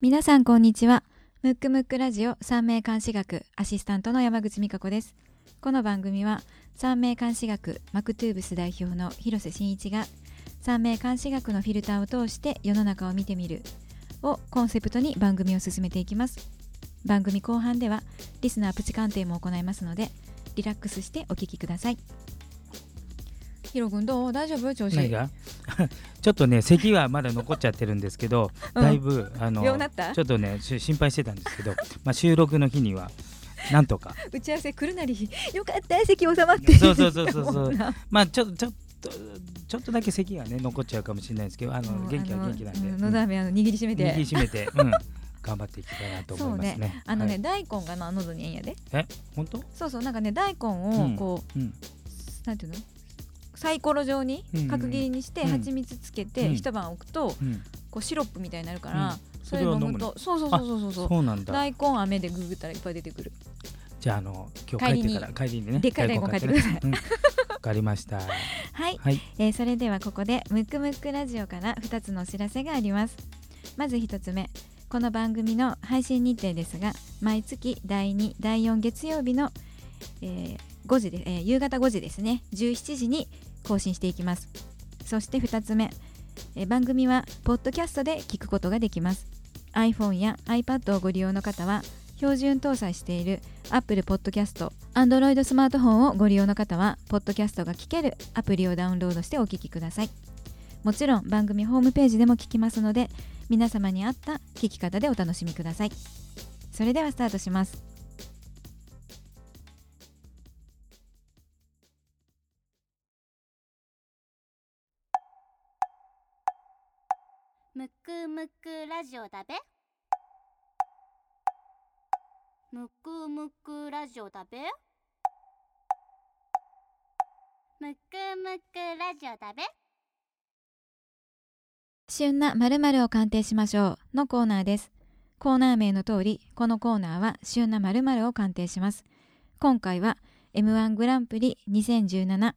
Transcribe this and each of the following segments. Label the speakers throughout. Speaker 1: 皆さんこんにちはムックムックラジオ三名監視学アシスタントの山口美香子ですこの番組は三名監視学マクトゥーブス代表の広瀬真一が三名監視学のフィルターを通して世の中を見てみるをコンセプトに番組を進めていきます番組後半ではリスナープチ鑑定も行いますのでリラックスしてお聞きくださいヒロ君どう大丈夫調子
Speaker 2: 何が ちょっとね咳はまだ残っちゃってるんですけど、
Speaker 1: うん
Speaker 2: だいぶあの
Speaker 1: ようなった
Speaker 2: ちょっとねし心配してたんですけど、 まあ、収録の日にはなんとか
Speaker 1: 打ち合わせ来るなりよかった席収まって
Speaker 2: そうそうそうそうそ
Speaker 1: 言っ
Speaker 2: う
Speaker 1: てたもんな
Speaker 2: まあちょっとちょっとちょっとだけ咳がね残っちゃうかもしれないですけどあの
Speaker 1: もう
Speaker 2: 元気は
Speaker 1: あの
Speaker 2: 元気なんで、
Speaker 1: う
Speaker 2: うん
Speaker 1: のど飴あの握りしめ
Speaker 2: ん、
Speaker 1: て
Speaker 2: 握りしめて、うん、頑張っていきたいなと思いますね。
Speaker 1: あのね、
Speaker 2: はい、
Speaker 1: 大根がな喉にえんやで
Speaker 2: 本当、
Speaker 1: そうそうなんかね大根をこう、
Speaker 2: うん、
Speaker 1: なんていうのサイコロ状に
Speaker 2: うんうん
Speaker 1: 角切りにして
Speaker 2: うん
Speaker 1: 蜂蜜つけて
Speaker 2: うん
Speaker 1: 一晩置くと
Speaker 2: うん、
Speaker 1: こうシロップみたいになるから、それ
Speaker 2: それを
Speaker 1: 飲
Speaker 2: 飲む
Speaker 1: むとそうそうそうそうそう
Speaker 2: そうなんだ
Speaker 1: 大根飴でググったらいっぱい出てくる
Speaker 2: じゃああの今日帰ってから帰りにね
Speaker 1: でっかい大根買ってください
Speaker 2: 大根買ってねうんわかりました
Speaker 1: はい
Speaker 2: はい
Speaker 1: えーそれではここでムックムックラジオから2つのお知らせがありますまず1つ目この番組の配信日程ですが毎月第2第4月曜日の、えー5時で、えー夕方5時ですね17時に更新していきますそして2つ目、えー番組はポッドキャストで聞くことができます iPhone や iPad をご利用の方は標準搭載している Apple Podcast、Android スマートフォンをご利用の方は、ポッドキャストが聞けるアプリをダウンロードしてお聞きください。もちろん番組ホームページでも聞きますので、皆様に合った聞き方でお楽しみください。それではスタートします。
Speaker 3: むくむくラジオだべむくむくラジオだべむくむくラジオだべ
Speaker 1: 旬な〇〇を鑑定しましょうのコーナーです。コーナー名の通り、このコーナーは旬な〇〇を鑑定します。今回は M1 グランプリ2017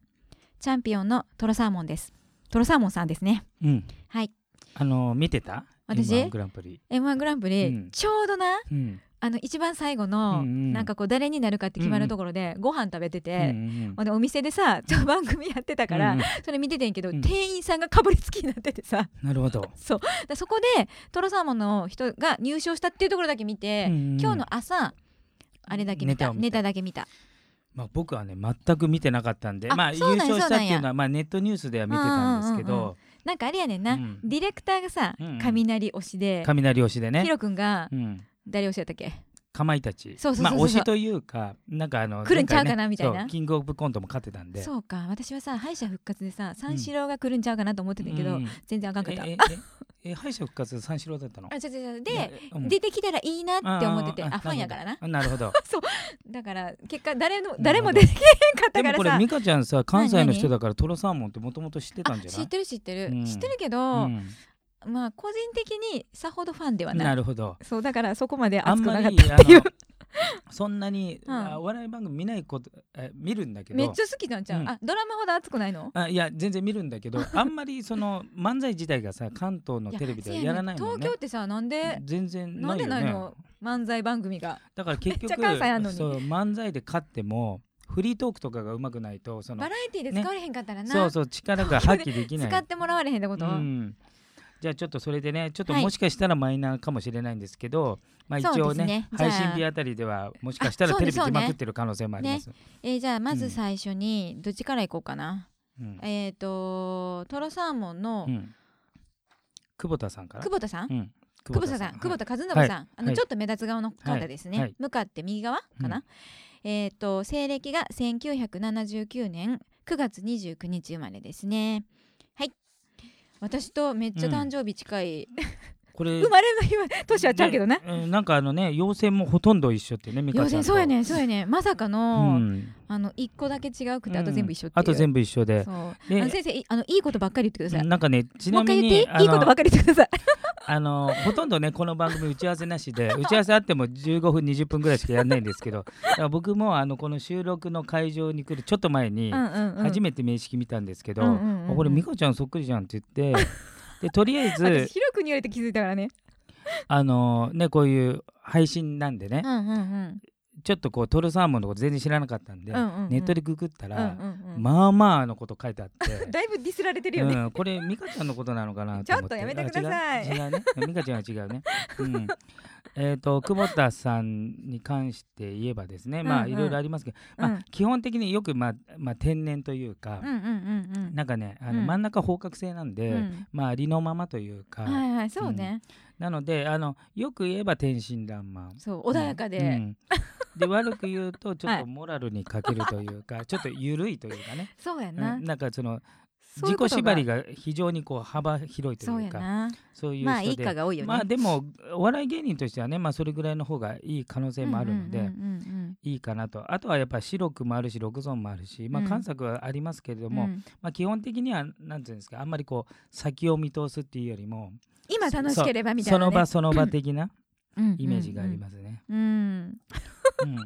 Speaker 1: チャンピオンのトロサーモンです。トロサーモンさんですね。
Speaker 2: うん
Speaker 1: はい。
Speaker 2: あの見てた
Speaker 1: 私
Speaker 2: M1 グランプリ
Speaker 1: M1 グランプ
Speaker 2: う
Speaker 1: リ
Speaker 2: ん
Speaker 1: ちょうどな
Speaker 2: うん
Speaker 1: あの一番最後の
Speaker 2: うんうん
Speaker 1: なんかこう誰になるかって決まるところでご飯食べて
Speaker 2: う
Speaker 1: て
Speaker 2: んうんうん
Speaker 1: ほんでお店でさちょ番組やってたか
Speaker 2: う
Speaker 1: ら
Speaker 2: んうん
Speaker 1: それ見ててんけど
Speaker 2: うん
Speaker 1: 店員さんがかぶりつきになっててさ
Speaker 2: なるほど、
Speaker 1: そうだそこでトロサーモンの人が入賞したっていうところだけ見て今日
Speaker 2: の
Speaker 1: の朝あれだけ見た
Speaker 2: ネタを見た
Speaker 1: ネタだけ見た
Speaker 2: まあ、僕はね全く見てなかったんで
Speaker 1: あ
Speaker 2: まあ優
Speaker 1: そうなんや
Speaker 2: 勝したってい
Speaker 1: そうな
Speaker 2: う
Speaker 1: ん
Speaker 2: のはまあネットニュースでは見てたんですけど、
Speaker 1: なんかあれやねんな
Speaker 2: うん
Speaker 1: ディレクターがさ
Speaker 2: うんうん
Speaker 1: 雷推しで
Speaker 2: 雷推しで
Speaker 1: ヒ
Speaker 2: ね、
Speaker 1: ロ君が
Speaker 2: うん、
Speaker 1: 誰推しやったっけ
Speaker 2: かまいたち
Speaker 1: そうそうそう
Speaker 2: まあ
Speaker 1: そう
Speaker 2: 推しというかなんかあの
Speaker 1: 来るんちゃうかな
Speaker 2: ね
Speaker 1: みたいな
Speaker 2: そうキングオブコントも勝ってたんで
Speaker 1: そうか私はさ敗者復活でさ三四郎が来るんちゃうかなと思ってたけど
Speaker 2: うん
Speaker 1: 全然あかんかった
Speaker 2: ええええ敗者復活三四郎だったの
Speaker 1: あ違う違う違うで、
Speaker 2: うん
Speaker 1: 出てきたらいいなって思ってて
Speaker 2: あー
Speaker 1: あ
Speaker 2: あ
Speaker 1: ファンやからな
Speaker 2: あなるほど
Speaker 1: だから結果誰の
Speaker 2: ど
Speaker 1: 誰も出てけへんかったか
Speaker 2: でも
Speaker 1: ら
Speaker 2: これ
Speaker 1: さ
Speaker 2: 美香ちゃんさ関西の人
Speaker 1: 何
Speaker 2: だからトロサーモンってもともと知ってた
Speaker 1: あ
Speaker 2: んじゃない
Speaker 1: 知ってる知ってる、
Speaker 2: うん
Speaker 1: 知ってるけど、
Speaker 2: うん
Speaker 1: まあ個人的にさほどファンではない
Speaker 2: なるほど
Speaker 1: そうだからそこまで
Speaker 2: あん
Speaker 1: 熱く
Speaker 2: ま
Speaker 1: な
Speaker 2: り
Speaker 1: かったっていう
Speaker 2: あのそんなに、
Speaker 1: うん
Speaker 2: あお笑い番組見ないことえ見るんだけど
Speaker 1: めっちゃ好きなんちゃう、
Speaker 2: うん
Speaker 1: あドラマほど熱くないの
Speaker 2: あいや全然見るんだけど あんまりその漫才自体がさ関東の
Speaker 1: いや
Speaker 2: テレビでは
Speaker 1: せ
Speaker 2: や
Speaker 1: ね
Speaker 2: らないの
Speaker 1: 東
Speaker 2: ね
Speaker 1: 京ってさなんで
Speaker 2: 全然
Speaker 1: な
Speaker 2: なんい
Speaker 1: で
Speaker 2: よ
Speaker 1: ない
Speaker 2: ね
Speaker 1: の漫才番組が
Speaker 2: だから結
Speaker 1: めっ
Speaker 2: 局
Speaker 1: ちゃ関西あんのに
Speaker 2: そう漫才で勝ってもフリートークとかがうまくないとそ
Speaker 1: バ
Speaker 2: の
Speaker 1: ラエティで使われへんかったらな、
Speaker 2: そうそう力が発揮で きない
Speaker 1: 使ってもらわれへんってこと、
Speaker 2: うん、じゃあちょっとそれでねちょっと
Speaker 1: はい
Speaker 2: もしかしたらマイナーかもしれないんですけど、まあ一
Speaker 1: そう
Speaker 2: 応
Speaker 1: です
Speaker 2: ね
Speaker 1: ねじゃあ
Speaker 2: 配信日あたりではもしかした
Speaker 1: あ
Speaker 2: ら
Speaker 1: そう
Speaker 2: テ
Speaker 1: ね
Speaker 2: レビ
Speaker 1: そう
Speaker 2: 出
Speaker 1: ね
Speaker 2: まくってる可能性もあります。
Speaker 1: えーじゃあま
Speaker 2: う
Speaker 1: ず
Speaker 2: ん
Speaker 1: 最初にどっちから行こうかな、
Speaker 2: うん
Speaker 1: えっ、とトロサーモンの
Speaker 2: うん久保田さんから
Speaker 1: 久保田さん
Speaker 2: うん
Speaker 1: 久保田さん、久保
Speaker 2: 田
Speaker 1: 田和信さん、
Speaker 2: はい
Speaker 1: あの
Speaker 2: はい
Speaker 1: ちょっと目立つ顔の方ですね、
Speaker 2: はいはい
Speaker 1: 向かって右側かな、えっ、と西暦が1979年9月29日生まれですねはい私とめっちゃ誕生日近い、
Speaker 2: こ れ
Speaker 1: 生まれの日は年はちゃうけどな
Speaker 2: ねうんなんかあのね陽線もほとんど一緒ってね美
Speaker 1: 要す
Speaker 2: 香ち
Speaker 1: る
Speaker 2: ゃん
Speaker 1: に
Speaker 2: と
Speaker 1: そうやねそうやねまさか
Speaker 2: う
Speaker 1: の、
Speaker 2: ん
Speaker 1: あの一個だけ違うくてあと全部一緒っていう、
Speaker 2: あと全部一緒で
Speaker 1: そうあ
Speaker 2: で
Speaker 1: の先生いあのいいことばっかり言ってください、
Speaker 2: なんかねち
Speaker 1: も
Speaker 2: な
Speaker 1: う一回
Speaker 2: み
Speaker 1: 言っていい
Speaker 2: に
Speaker 1: いいことばっかり言ってください
Speaker 2: あのほとんどねこの番組打ち合わせなし で打ち合わせあっても15分20分ぐらいしかやんないんですけどだから僕もあのこの収録の会場に来るちょっと前に
Speaker 1: うんうん、うん、
Speaker 2: 初めて名刺見たんですけど、
Speaker 1: うんうんうんうん
Speaker 2: あこれ美香ちゃんそっくりじゃんって言ってでとりあえず
Speaker 1: 私広くに言われて気づいたからね
Speaker 2: あのねこういう配信なんでね、
Speaker 1: うんうんうん
Speaker 2: ちょっとこうトロサーモンのこと全然知らなかったんで、
Speaker 1: うんうんうん
Speaker 2: ネットでググった
Speaker 1: うん
Speaker 2: ら、
Speaker 1: うんうん
Speaker 2: まあまあのこと書いてあって。
Speaker 1: だいぶディスられてるよね、
Speaker 2: うん、これ美香ちゃんのことなのかなと思って
Speaker 1: ちょっとやめてください
Speaker 2: あ違う違うね美香ちゃんは違うね、うん、 えっ、と久保田さんに関して言えばですねま
Speaker 1: う
Speaker 2: あ
Speaker 1: んうん
Speaker 2: いろいろありますけど、
Speaker 1: う
Speaker 2: ま
Speaker 1: ん
Speaker 2: あ、基本的によく、まあまあ、天然というか、
Speaker 1: うんうんうんうん
Speaker 2: なんかねあの
Speaker 1: うん
Speaker 2: 真ん中方角性なんで、
Speaker 1: うん
Speaker 2: まあありのままというか、
Speaker 1: はいはいそうね、
Speaker 2: なのであのよく言えば天真爛漫
Speaker 1: そう穏やかで、
Speaker 2: うんうんで悪く言うとちょっ
Speaker 1: はい
Speaker 2: とモラルに欠けるというか、 ちょっと緩いというかね、
Speaker 1: そうや
Speaker 2: うん
Speaker 1: な、
Speaker 2: なんかその
Speaker 1: そういう
Speaker 2: 自
Speaker 1: こ
Speaker 2: 己
Speaker 1: と
Speaker 2: 縛りが非常にこう幅広いと
Speaker 1: そう
Speaker 2: い
Speaker 1: や
Speaker 2: うか
Speaker 1: な
Speaker 2: そういう人で
Speaker 1: まあいいかが多いよね、
Speaker 2: まあでもお笑い芸人としてはね、まあ、それぐらいの方がいい可能性もあるので、
Speaker 1: うんうんうん
Speaker 2: いいかなとあとはやっぱ白くもあるし六尊もあるし、まあ、
Speaker 1: うん
Speaker 2: 観察はありますけれど
Speaker 1: うん
Speaker 2: も、
Speaker 1: うん
Speaker 2: まあ、基本的にはなんていうんですかあんまりこう先を見通すっていうよりも
Speaker 1: 今楽しければみたい
Speaker 2: そ
Speaker 1: な、ね、
Speaker 2: の場その場的な
Speaker 1: うん
Speaker 2: イメージがあり
Speaker 1: す、
Speaker 2: ますね。
Speaker 1: うんうん
Speaker 2: うん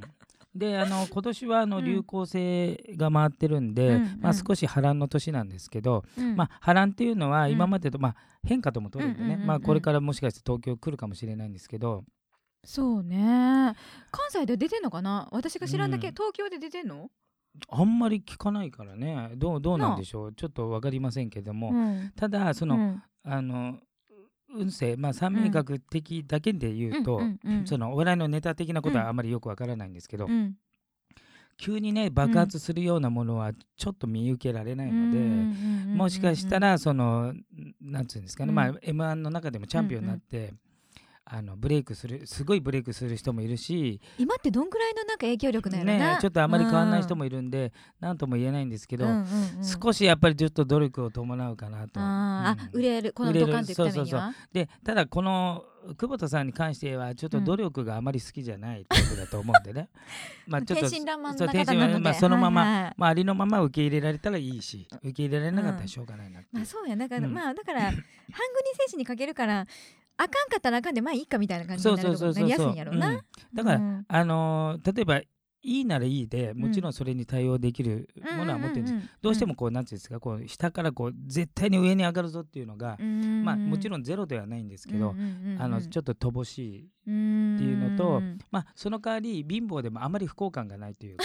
Speaker 2: であ の今年はあ
Speaker 1: う
Speaker 2: の
Speaker 1: ん
Speaker 2: 流行性が回ってるんで、
Speaker 1: うん
Speaker 2: まあ、
Speaker 1: うん
Speaker 2: 少し波乱の年なんですけど、
Speaker 1: うん
Speaker 2: まあ、波乱っていうのは
Speaker 1: うん
Speaker 2: 今までと、まあ、変化とも取れてね、
Speaker 1: うんうんうんうん
Speaker 2: まあ、これからもしかして東京来るかもしれないんですけど
Speaker 1: そうね関西で出てんのかな私が知らんだけ、
Speaker 2: うん
Speaker 1: 東京で出てんの、
Speaker 2: あんまり聞かないからねどうどうなんでしょうちょっと分かりませんけども、
Speaker 1: うん
Speaker 2: ただその、
Speaker 1: うん
Speaker 2: あの運勢、まあ、三名学的だけで言うと、
Speaker 1: うんうんうん
Speaker 2: そのお笑いのネタ的なことはあまりよくわからないんですけど、
Speaker 1: うん
Speaker 2: 急にね爆発するようなものはちょっと見受けられないので。
Speaker 1: うんうんうんうん
Speaker 2: もしかしたらそのなんつうんですかね、
Speaker 1: うん
Speaker 2: まあ m 1の中でもチャンピオンになって、あのブレイクするすごいブレイクする人もいるし、
Speaker 1: 今ってどんぐらいのなんか影響力なんやろな、
Speaker 2: ね、ちょっとあまり変わらない人
Speaker 1: い
Speaker 2: もいるんで何、なん、とも言えないんですけ
Speaker 1: る
Speaker 2: ど、少しやっぱりちょっと努力を伴うかなと。
Speaker 1: あー、あ
Speaker 2: うん
Speaker 1: 売れるこのドカンっていくためには
Speaker 2: 売れるそうそうでただこの久保田さんに関してはちょっと努力があまり好きじゃないタイプだと思うん でね、まあちょっと
Speaker 1: 天真爛漫な
Speaker 2: そう
Speaker 1: 方なので、
Speaker 2: 天真まあそのまま
Speaker 1: はいはい
Speaker 2: まあ、ありのまま受け入れられたらいいし受け入れられなかったらしょうがないなっていう
Speaker 1: まあそうやだから、
Speaker 2: うん
Speaker 1: まあだからハングリー精神にかけるからあかんかったらあかんでまあいいかみたいな感じに
Speaker 2: そう
Speaker 1: な
Speaker 2: そう
Speaker 1: る
Speaker 2: そう
Speaker 1: と
Speaker 2: そ
Speaker 1: な
Speaker 2: う
Speaker 1: りやす
Speaker 2: そ、
Speaker 1: いうんやろうな、
Speaker 2: うんだから、
Speaker 1: うん
Speaker 2: あのー例えばいいならいいでもちろんそれに対応できるものは持ってるんです、どうしてもこうなんていうんですかこう下からこう絶対に上に上がるぞっていうのが、まあもちろ
Speaker 1: んで
Speaker 2: んゼロではないんですけど、あのち
Speaker 1: ょっ
Speaker 2: ょっと乏しい
Speaker 1: ていう
Speaker 2: のとまあその代わり貧乏でもあまり不幸感がないという か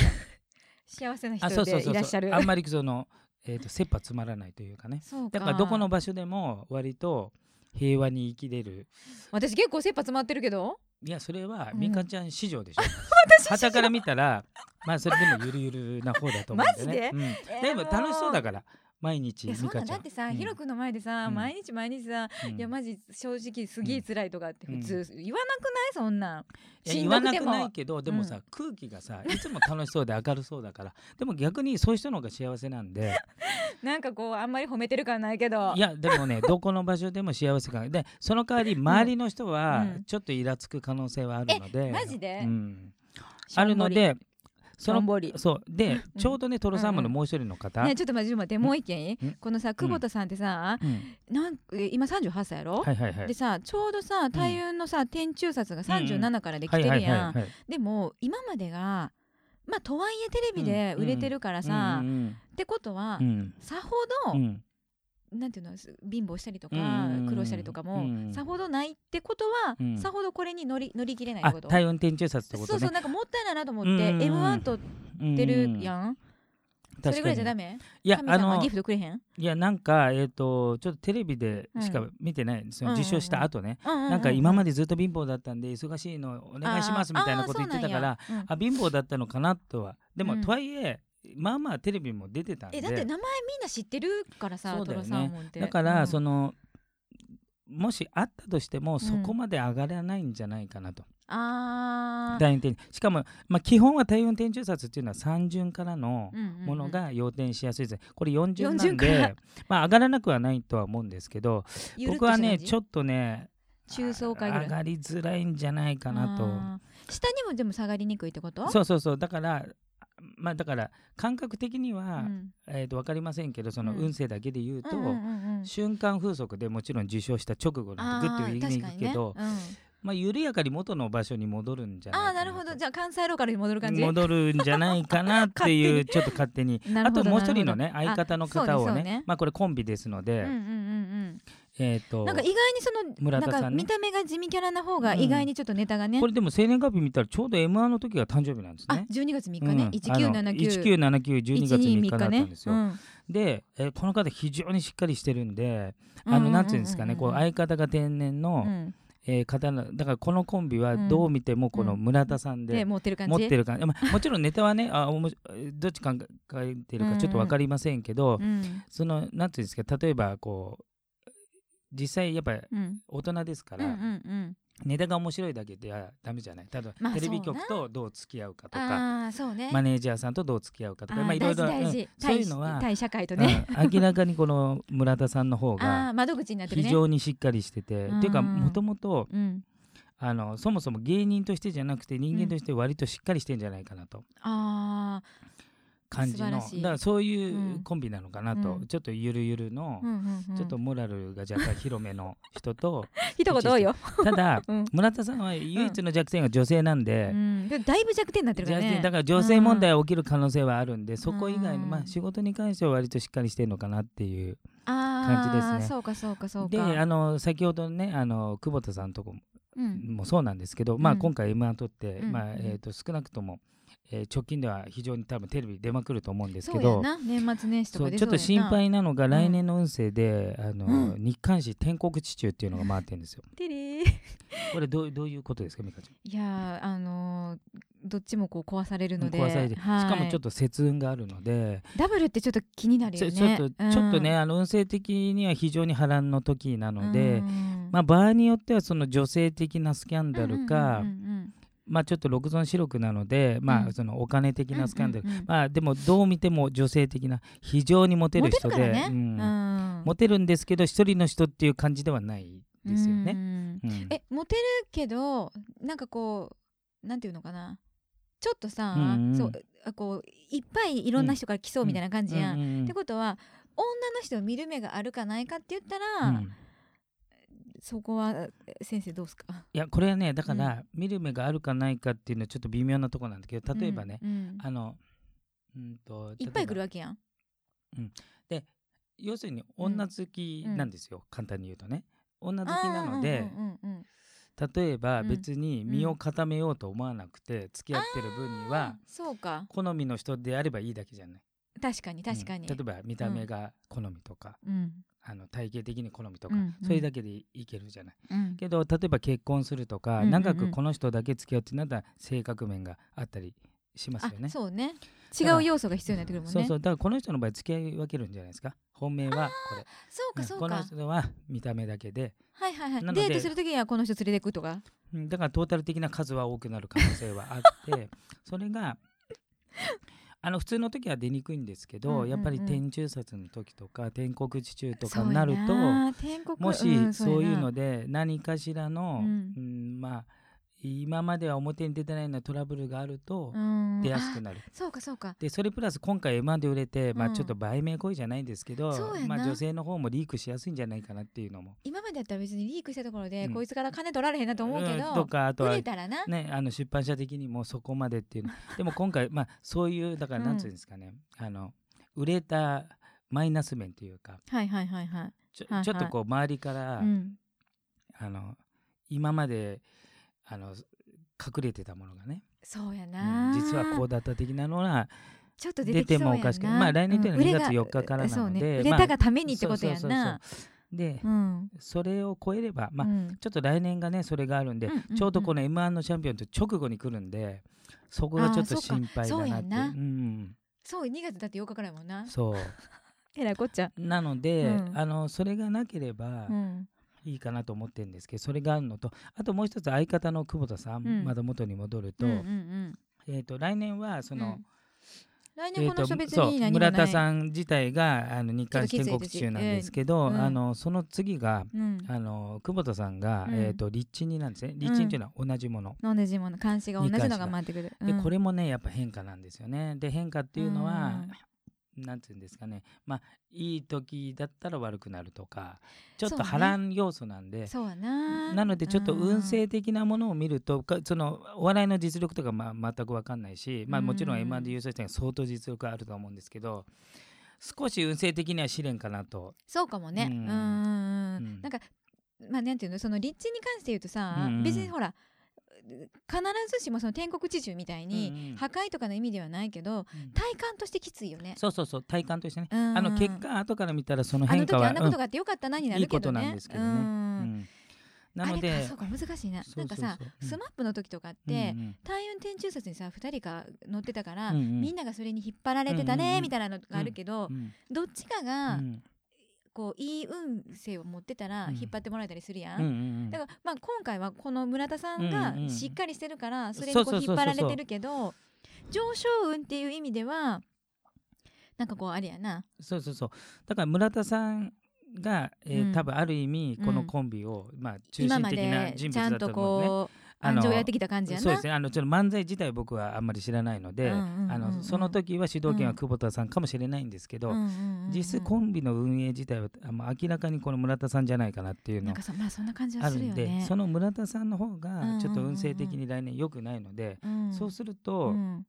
Speaker 1: 幸せな
Speaker 2: あ
Speaker 1: 人
Speaker 2: そうそう
Speaker 1: で
Speaker 2: そう
Speaker 1: いらっし
Speaker 2: そ
Speaker 1: ゃ
Speaker 2: う
Speaker 1: る
Speaker 2: あんまりその、えー、 と切羽詰まらないというかね
Speaker 1: そう
Speaker 2: だからどこの場所でも割と平和に生きれる
Speaker 1: 私結構切羽詰まってるけど
Speaker 2: いやそれは
Speaker 1: うん
Speaker 2: みかちゃん市場でしょ。はたから見たらまあそれでもゆるゆるな方だと思うんでね。うん、でも楽しそうだ
Speaker 1: か
Speaker 2: から毎日
Speaker 1: い
Speaker 2: み
Speaker 1: やそうな
Speaker 2: か
Speaker 1: ん
Speaker 2: ち
Speaker 1: だ
Speaker 2: ゃ
Speaker 1: っ
Speaker 2: ん
Speaker 1: て。さ、
Speaker 2: うん
Speaker 1: ヒロ君の前でさ、
Speaker 2: うん
Speaker 1: 毎日毎日さ、
Speaker 2: うん
Speaker 1: いやマジ正直すげえ辛いとかって普通言わなくないそんなん
Speaker 2: いや
Speaker 1: しん
Speaker 2: 言
Speaker 1: ど
Speaker 2: わ
Speaker 1: く
Speaker 2: な
Speaker 1: て
Speaker 2: く
Speaker 1: も
Speaker 2: ないけどでもさ、
Speaker 1: う
Speaker 2: 空気がさいつも楽しそうで明るそうだからでも逆にそういう人の方が幸せなんで
Speaker 1: なんかこうあんまり褒めてる感ないけど
Speaker 2: いやでもねどこの場所でも幸せ感でその代わり周りの人は
Speaker 1: うん
Speaker 2: ちょっとイラつく可能性はあるので、
Speaker 1: マジで
Speaker 2: うん
Speaker 1: しょ
Speaker 2: あ
Speaker 1: んぼり
Speaker 2: るので
Speaker 1: しょんぼり
Speaker 2: そうで
Speaker 1: うん
Speaker 2: ちょうどねトロサーモンのもう一人の方、
Speaker 1: ねちょっと待ってちょっと待ってもう一件いい
Speaker 2: うん
Speaker 1: このさ久保田さんってさ、
Speaker 2: うん
Speaker 1: なんえ今38歳やろ、
Speaker 2: はいはいはい
Speaker 1: でさちょうどさ大運のさ天中札が37からでき
Speaker 2: は
Speaker 1: て
Speaker 2: い
Speaker 1: る
Speaker 2: は
Speaker 1: やん、
Speaker 2: いはいはい
Speaker 1: でも今までがまあとはいえテレビで売れてるからさ、
Speaker 2: うんうん
Speaker 1: ってことは、
Speaker 2: うん
Speaker 1: さほ
Speaker 2: う
Speaker 1: ど、
Speaker 2: ん
Speaker 1: なんていうのす貧乏したりとか、
Speaker 2: うん
Speaker 1: 苦労したりとかも、
Speaker 2: うん
Speaker 1: さほどないってことは、
Speaker 2: うん
Speaker 1: さほどこれに乗り乗り切れないっ
Speaker 2: あ
Speaker 1: てこと
Speaker 2: 体温転中殺ってこと
Speaker 1: そう
Speaker 2: ね
Speaker 1: そうなんかもったいないなと思って、
Speaker 2: うんうんうん
Speaker 1: m 1とってるや
Speaker 2: ん
Speaker 1: ん、そ
Speaker 2: そ
Speaker 1: れぐらいじゃダ
Speaker 2: メ
Speaker 1: メ
Speaker 2: いや
Speaker 1: 神
Speaker 2: あ
Speaker 1: 様は
Speaker 2: の
Speaker 1: ギフトくれへん、
Speaker 2: いやなんかえっ、とちょっとテレビでし
Speaker 1: う
Speaker 2: か
Speaker 1: ん
Speaker 2: 見てない、そ
Speaker 1: うん
Speaker 2: の
Speaker 1: うんうん
Speaker 2: 受賞した後ね、
Speaker 1: うんうう
Speaker 2: なんか今までずっと貧乏だったんで忙しいのお
Speaker 1: お
Speaker 2: 願いしますみたいなこと言ってたからあ貧乏だったのかなとはでも、
Speaker 1: うん
Speaker 2: とはいえまあまあテレビも出てたんで
Speaker 1: えだって名前みんな知ってるからさ、
Speaker 2: そう
Speaker 1: ト
Speaker 2: だよ
Speaker 1: ロ
Speaker 2: ね
Speaker 1: サーモンって
Speaker 2: だから、そ
Speaker 1: の
Speaker 2: のもしあったとしても、
Speaker 1: ん
Speaker 2: そこまで上がらないんじゃないかなと
Speaker 1: あー
Speaker 2: 大運転しかも、まあ、基本は体温転中殺っていうのは三巡からの
Speaker 1: うんうんうん
Speaker 2: ものが要点しやすいですね、これ4巡な
Speaker 1: 40
Speaker 2: ん
Speaker 1: か
Speaker 2: で
Speaker 1: ら、
Speaker 2: まあ、上がらなくはないとは思うんですけど
Speaker 1: ゆるっと
Speaker 2: 僕はね
Speaker 1: した感じ
Speaker 2: ちょっとね
Speaker 1: 中層階ぐらい
Speaker 2: 上がりづらいんじゃないかな
Speaker 1: あー下にもでも下がりにくいってこと
Speaker 2: とそうそうそうだからまあだから感覚的に
Speaker 1: う
Speaker 2: は、
Speaker 1: ん
Speaker 2: えー、と分かりませんけどその
Speaker 1: うん
Speaker 2: 運勢だけで言うと、
Speaker 1: うんうんうんうん
Speaker 2: 瞬間風速でもちろん受賞した直後のグッと上に行くけど、
Speaker 1: あー確かにね
Speaker 2: まあ、緩やかに元の場所に戻るんじ
Speaker 1: う
Speaker 2: ゃ
Speaker 1: ん、あー
Speaker 2: ないかなと。
Speaker 1: なるほどじゃあ関西ローカルに戻る感じ
Speaker 2: 戻るんじゃないかなっていうちょっと勝手に
Speaker 1: なる
Speaker 2: あ
Speaker 1: ほど
Speaker 2: ともう一人の
Speaker 1: なる
Speaker 2: ね
Speaker 1: ほど
Speaker 2: 相方の方を
Speaker 1: あそうね
Speaker 2: ね
Speaker 1: そうね
Speaker 2: まあこれコンビですので、
Speaker 1: うんうんうんうん
Speaker 2: えっ、と
Speaker 1: なんか意外にその、
Speaker 2: 村
Speaker 1: な
Speaker 2: 田
Speaker 1: ん
Speaker 2: さん
Speaker 1: か
Speaker 2: ね
Speaker 1: 見た目が地味キャラな方が意外にちょっとネタがね、
Speaker 2: これでも生年月日見たらちょうど M1 の時が誕生日なんです
Speaker 1: あ
Speaker 2: ね。
Speaker 1: 12月3日
Speaker 2: うん
Speaker 1: ね、
Speaker 2: あの
Speaker 1: 1979
Speaker 2: 1979 12月3日だったんですよ。
Speaker 1: うん
Speaker 2: で、えーこの方非常にしっかりしてるんで、あのなんていうんですかね、こう相方が天然の、
Speaker 1: うん
Speaker 2: えー方なだからこのコンビはどう見てもこの村田さんで
Speaker 1: で持ってる感じ
Speaker 2: 持ってる感じ、まあ、もちろんネタはねあおもしどっち考えてるかちょっと分かりませんけど、
Speaker 1: うん
Speaker 2: そのなんていうんですか例えばこう実際やっぱ
Speaker 1: うん
Speaker 2: 大人ですか
Speaker 1: うんう
Speaker 2: ら、
Speaker 1: んうん
Speaker 2: ネタが面白いだけではダメじゃない例えば、
Speaker 1: まあ
Speaker 2: テレビ
Speaker 1: そうな
Speaker 2: 局とどう付き合うかとか
Speaker 1: ああそうね
Speaker 2: マネージャーさんとどう付き合うかとか
Speaker 1: ー
Speaker 2: まあいろいろ、
Speaker 1: 大事大事
Speaker 2: うんそういうのは
Speaker 1: 対、対社会とね、
Speaker 2: うん明らかにこの村田さんの
Speaker 1: あ
Speaker 2: 方
Speaker 1: あー
Speaker 2: が
Speaker 1: 窓口になってる
Speaker 2: 非
Speaker 1: ね
Speaker 2: 常にしっかりしてて、っていうか
Speaker 1: うん
Speaker 2: もともと
Speaker 1: うん、
Speaker 2: あのそもそも芸人としてじゃなくて人間として割としっかりしてんじゃないかなと
Speaker 1: あ
Speaker 2: 感じの、
Speaker 1: 素晴
Speaker 2: だ
Speaker 1: らしい
Speaker 2: からそういううんコンビなのかなと、
Speaker 1: うん
Speaker 2: ちょっとゆるゆるの
Speaker 1: あ、う、んうんうん、
Speaker 2: ちょっとモラルが若干広 めの人と
Speaker 1: 一言多いよ、
Speaker 2: ただ
Speaker 1: うん
Speaker 2: 村田さんは唯一の弱点が女性なん
Speaker 1: う
Speaker 2: で。
Speaker 1: ん、でもだいぶ弱点になってるから
Speaker 2: 弱点
Speaker 1: ね
Speaker 2: だから女性問題が起きる可能性はあるんで、そこ以外の、
Speaker 1: うん
Speaker 2: まあ、仕事に関しては割としっかりしてるのかなっていう。
Speaker 1: あ
Speaker 2: 感じです
Speaker 1: あ
Speaker 2: ね
Speaker 1: そうかそうかそう
Speaker 2: で
Speaker 1: か
Speaker 2: あの先ほどねあの久保田さんのとこも
Speaker 1: うん、
Speaker 2: もそうなんですけど、ま
Speaker 1: う
Speaker 2: あ、
Speaker 1: ん
Speaker 2: 今回 m 1取って、
Speaker 1: うん
Speaker 2: まあ
Speaker 1: うん
Speaker 2: えー、と少なくとも、えー直近では非常に多分テレビ出まくると思うんです
Speaker 1: そ
Speaker 2: け
Speaker 1: うや
Speaker 2: ど
Speaker 1: な年末年始と
Speaker 2: そ
Speaker 1: か
Speaker 2: う
Speaker 1: で
Speaker 2: ちょっと
Speaker 1: そうや
Speaker 2: 心
Speaker 1: な
Speaker 2: 配なのが
Speaker 1: ん
Speaker 2: 来年の運勢で、あの
Speaker 1: う
Speaker 2: 日刊誌「天国地中」っていうのが回ってるんですよ。
Speaker 1: てれー
Speaker 2: これどうどういうことですか美香ちゃん。
Speaker 1: いやーあのーどっちもこう壊されるので
Speaker 2: 壊されてし
Speaker 1: はい
Speaker 2: かもちょっと節運があるので、
Speaker 1: ダブルってちょっと気になるよね
Speaker 2: ちょちょっと、ちょっと
Speaker 1: う
Speaker 2: ね
Speaker 1: ん
Speaker 2: あの運勢的には非常に波乱の時なの
Speaker 1: う
Speaker 2: で、
Speaker 1: ん
Speaker 2: まあ、場合によってはその女性的なスキャンダルか、
Speaker 1: うんうんうんうん
Speaker 2: まあ、ちょっと録存視力なので、
Speaker 1: う
Speaker 2: ま
Speaker 1: ん
Speaker 2: あ、そのお金的なスキャンダル、
Speaker 1: うんうんうん
Speaker 2: まあ、でもどう見ても女性的な非常にモテる人
Speaker 1: モ
Speaker 2: で
Speaker 1: テるからね
Speaker 2: うん
Speaker 1: うん
Speaker 2: モテるんですけど一人の人っていう感じではないですよ
Speaker 1: う
Speaker 2: ね。
Speaker 1: ん
Speaker 2: うん
Speaker 1: えモテるけどなんかこうなんていうのかなちょっとさ、
Speaker 2: うんうん
Speaker 1: そうあこういっぱいいろんな人から来そうみたいな感じやん。
Speaker 2: うんうんうん
Speaker 1: ってことは女の人を見る目があるかないかって言ったら、
Speaker 2: うん
Speaker 1: そこはえ先生どうすか
Speaker 2: いやこれはねだから見る目があるかないかっていうのはちょっと微妙なところなんだけど例えばね、
Speaker 1: うんうん
Speaker 2: あのうんと
Speaker 1: いっぱい来る
Speaker 2: 例えば
Speaker 1: わけやん。
Speaker 2: 要するに女好きなんですよ、簡単に言うとね女好きなので、
Speaker 1: あーうんうんうんうん
Speaker 2: 例えば
Speaker 1: うん
Speaker 2: 別に身を固めようと思わなくて付き合ってる分には
Speaker 1: そうか
Speaker 2: 好みの人であればいいだけじゃない
Speaker 1: 確かに確かに。
Speaker 2: うん例えば見た目が好みとか、
Speaker 1: うん
Speaker 2: あの体型的に好みとか、
Speaker 1: うんうん
Speaker 2: それだけでいけるじゃない
Speaker 1: うん
Speaker 2: けど例えば結婚すると
Speaker 1: うん
Speaker 2: か、
Speaker 1: うんうん
Speaker 2: 長くこの人だけ付き合うってなったら性格面があったりしますよね
Speaker 1: あそうね違
Speaker 2: だから
Speaker 1: う要素が必要になってくるもんね。
Speaker 2: そうそうだからこの人の場合付き合い分けるんじゃないですか本命はこれ
Speaker 1: そうか
Speaker 2: う
Speaker 1: そ
Speaker 2: ん
Speaker 1: う
Speaker 2: この
Speaker 1: か。
Speaker 2: 人は見た目だけで
Speaker 1: はいはいはい。
Speaker 2: なの
Speaker 1: デ
Speaker 2: で
Speaker 1: ートするときにはこの人連れてくとか。
Speaker 2: うんだからトータル的な数は多くなる可能性はあって それがあの普通の時は出にくいんですけど、
Speaker 1: うんうんうん
Speaker 2: やっぱり天中殺の時とか天国地中と
Speaker 1: そ
Speaker 2: か
Speaker 1: う
Speaker 2: に
Speaker 1: や
Speaker 2: なると
Speaker 1: 天国
Speaker 2: も
Speaker 1: ん
Speaker 2: しそういうの
Speaker 1: で
Speaker 2: で何かしらの、
Speaker 1: うん
Speaker 2: うんまあ今までは表に出てないようなトラブルがあると出やすくなる。
Speaker 1: そうかそうか
Speaker 2: でそれプラス今回 M1 で売れて、まあ、
Speaker 1: うん
Speaker 2: ちょっと売名行為じゃないんですけど、
Speaker 1: そうやな
Speaker 2: まあ、女性の方もリークしやすいんじゃないかなっていうのも。
Speaker 1: 今までだったら別にリークしたところで、
Speaker 2: うん
Speaker 1: こいつから金取られへんなと思うけど、
Speaker 2: んとかあと
Speaker 1: 売
Speaker 2: は
Speaker 1: れたらな、
Speaker 2: ね、あの出版社的にもそこまでっていうのでも 今回、まあ、そういうだから
Speaker 1: うん
Speaker 2: なんていうんですかね、あの売れたマイナス面っていうか
Speaker 1: はいはいはいはい、
Speaker 2: ちょ,、
Speaker 1: はいはい
Speaker 2: ちょっとこう周りから、
Speaker 1: うん、
Speaker 2: あの今まであの隠れてたものがね、
Speaker 1: そうや
Speaker 2: うん
Speaker 1: な、
Speaker 2: 実はこうだった的なのは
Speaker 1: ちょっと出
Speaker 2: 出
Speaker 1: てき
Speaker 2: て
Speaker 1: そうや
Speaker 2: も
Speaker 1: な
Speaker 2: おかしくないまあ来年というのは
Speaker 1: ん
Speaker 2: 2
Speaker 1: 売
Speaker 2: 月
Speaker 1: れが
Speaker 2: 4日からな
Speaker 1: そう
Speaker 2: の
Speaker 1: ね
Speaker 2: で、
Speaker 1: 売れ
Speaker 2: まあ
Speaker 1: たがためにってことやん
Speaker 2: そうそうそう
Speaker 1: な
Speaker 2: そうで、
Speaker 1: うん
Speaker 2: それを超えればまあ、
Speaker 1: うん
Speaker 2: ちょっと来年がねそれがあるんで、
Speaker 1: うんうんうん
Speaker 2: ちょうどこの m 1のチャンピオンと直後に来るんでそこがちょっと
Speaker 1: あーそうか
Speaker 2: 心配だなって
Speaker 1: そうやんな
Speaker 2: うん、
Speaker 1: そう2月だって8日からやもんな
Speaker 2: そう
Speaker 1: えらいこっちゃ、
Speaker 2: なので、
Speaker 1: うん
Speaker 2: あのそれがなければ
Speaker 1: うん、
Speaker 2: いいかなと思ってるんですけど、それがあるのとあともう一つ相方の久保田さん、
Speaker 1: うん
Speaker 2: まだ元に戻ると,、
Speaker 1: うんうんうん
Speaker 2: えー、と来年はその、
Speaker 1: 来
Speaker 2: え
Speaker 1: 年こ
Speaker 2: ー
Speaker 1: の人
Speaker 2: と
Speaker 1: 別
Speaker 2: そ
Speaker 1: に
Speaker 2: う
Speaker 1: 何もない
Speaker 2: 村田さん自体があの日韓
Speaker 1: ちょっ
Speaker 2: 建
Speaker 1: と
Speaker 2: 国
Speaker 1: きつい
Speaker 2: 中なんですけど、
Speaker 1: うん
Speaker 2: あのその次が
Speaker 1: うん、
Speaker 2: あの久保田さんが、
Speaker 1: うん
Speaker 2: えー、と立地になんですね立地というのは同じもの。
Speaker 1: 飲んでジモンの監視が同じのが回ってくる。
Speaker 2: でこ
Speaker 1: っ
Speaker 2: れもねやっぱ変化なんですよね。で変化っていうのは、なんていうんですかねまあいい時だったら悪くなるとかちょっ
Speaker 1: そう
Speaker 2: と
Speaker 1: ね
Speaker 2: 波乱要素なんで、
Speaker 1: そうやな。
Speaker 2: なのでちょっと運
Speaker 1: うん
Speaker 2: 勢的なものを見ると、かそのお笑いの実力とかまあ全く分かんないし、まあ、もちろん
Speaker 1: うん
Speaker 2: M−1 で優勝した人が相当実力あると思うんですけど、少し運勢的には試練かなと。
Speaker 1: そうかもね。う
Speaker 2: うん
Speaker 1: うん
Speaker 2: ん
Speaker 1: う
Speaker 2: うん
Speaker 1: んなんかまあなんていうのその立地に関して言うとさ、
Speaker 2: うんうん
Speaker 1: 別にほら必ずしもその天国地中みたい
Speaker 2: うんう
Speaker 1: に
Speaker 2: ん
Speaker 1: 破壊とかの意味ではないけど、体感としてきついよね。
Speaker 2: そうそうそう体感としてね。
Speaker 1: あ
Speaker 2: あの結果後から見たらその
Speaker 1: あの
Speaker 2: 変
Speaker 1: 時
Speaker 2: 化は
Speaker 1: あんなことがあってよかったなになるけどね。
Speaker 2: いいことなんですけど
Speaker 1: う
Speaker 2: ねうん
Speaker 1: ん
Speaker 2: うんな
Speaker 1: あ
Speaker 2: の
Speaker 1: れ
Speaker 2: で
Speaker 1: かそうか難しいな。
Speaker 2: そうそうそう
Speaker 1: なんかさ、
Speaker 2: うん
Speaker 1: スマップの時とかっ
Speaker 2: うん
Speaker 1: て、
Speaker 2: うん
Speaker 1: 大運転中殺にさ2人か乗ってたから、
Speaker 2: うんうん
Speaker 1: みんながそれに引っ張られてた
Speaker 2: うんうんう
Speaker 1: ね
Speaker 2: ん
Speaker 1: みたいなのがあるけど、
Speaker 2: うん
Speaker 1: どっちか
Speaker 2: う
Speaker 1: が、
Speaker 2: ん
Speaker 1: こういい運勢を持ってたら
Speaker 2: うん
Speaker 1: 引っ張ってもらえたりするやん。
Speaker 2: うんうん
Speaker 1: だからまあ今回はこの村田さん
Speaker 2: うんうんう
Speaker 1: が
Speaker 2: ん
Speaker 1: しっかりしてるからそれ
Speaker 2: そ
Speaker 1: に
Speaker 2: う
Speaker 1: こう
Speaker 2: そう
Speaker 1: 引っ
Speaker 2: そうそ
Speaker 1: 張
Speaker 2: う
Speaker 1: られてるけど上昇運っていう意味ではなんかこうあれやな
Speaker 2: そうそうそうだから村田さんが、えー
Speaker 1: うん
Speaker 2: 多分ある意味こ
Speaker 1: う
Speaker 2: の
Speaker 1: ん
Speaker 2: コンビを、まあ、中
Speaker 1: 今
Speaker 2: 心
Speaker 1: ま
Speaker 2: 的な
Speaker 1: で
Speaker 2: 人
Speaker 1: ちゃ
Speaker 2: 物
Speaker 1: ん
Speaker 2: だ
Speaker 1: と
Speaker 2: と思うね。
Speaker 1: こう
Speaker 2: あの
Speaker 1: 安情をやってきた感じやな。
Speaker 2: そうですねあのちょっと漫才自体僕はあんまり知らないので、
Speaker 1: うんうんうんうん
Speaker 2: あのその時は主導権は久保田さんかもしれないんですけど、
Speaker 1: うんうんうんうん
Speaker 2: 実際コンビの運営自体はあもう明らかにこの村田さんじゃないかなっていう
Speaker 1: な
Speaker 2: の
Speaker 1: んかそまあそんな感じは
Speaker 2: あ
Speaker 1: す
Speaker 2: る
Speaker 1: るよ
Speaker 2: んで、
Speaker 1: ね。
Speaker 2: その村田さんの方
Speaker 1: うんうんうんう
Speaker 2: が
Speaker 1: ん
Speaker 2: ちょっと運勢的に来年良くないので、
Speaker 1: うん
Speaker 2: そうすると、
Speaker 1: うん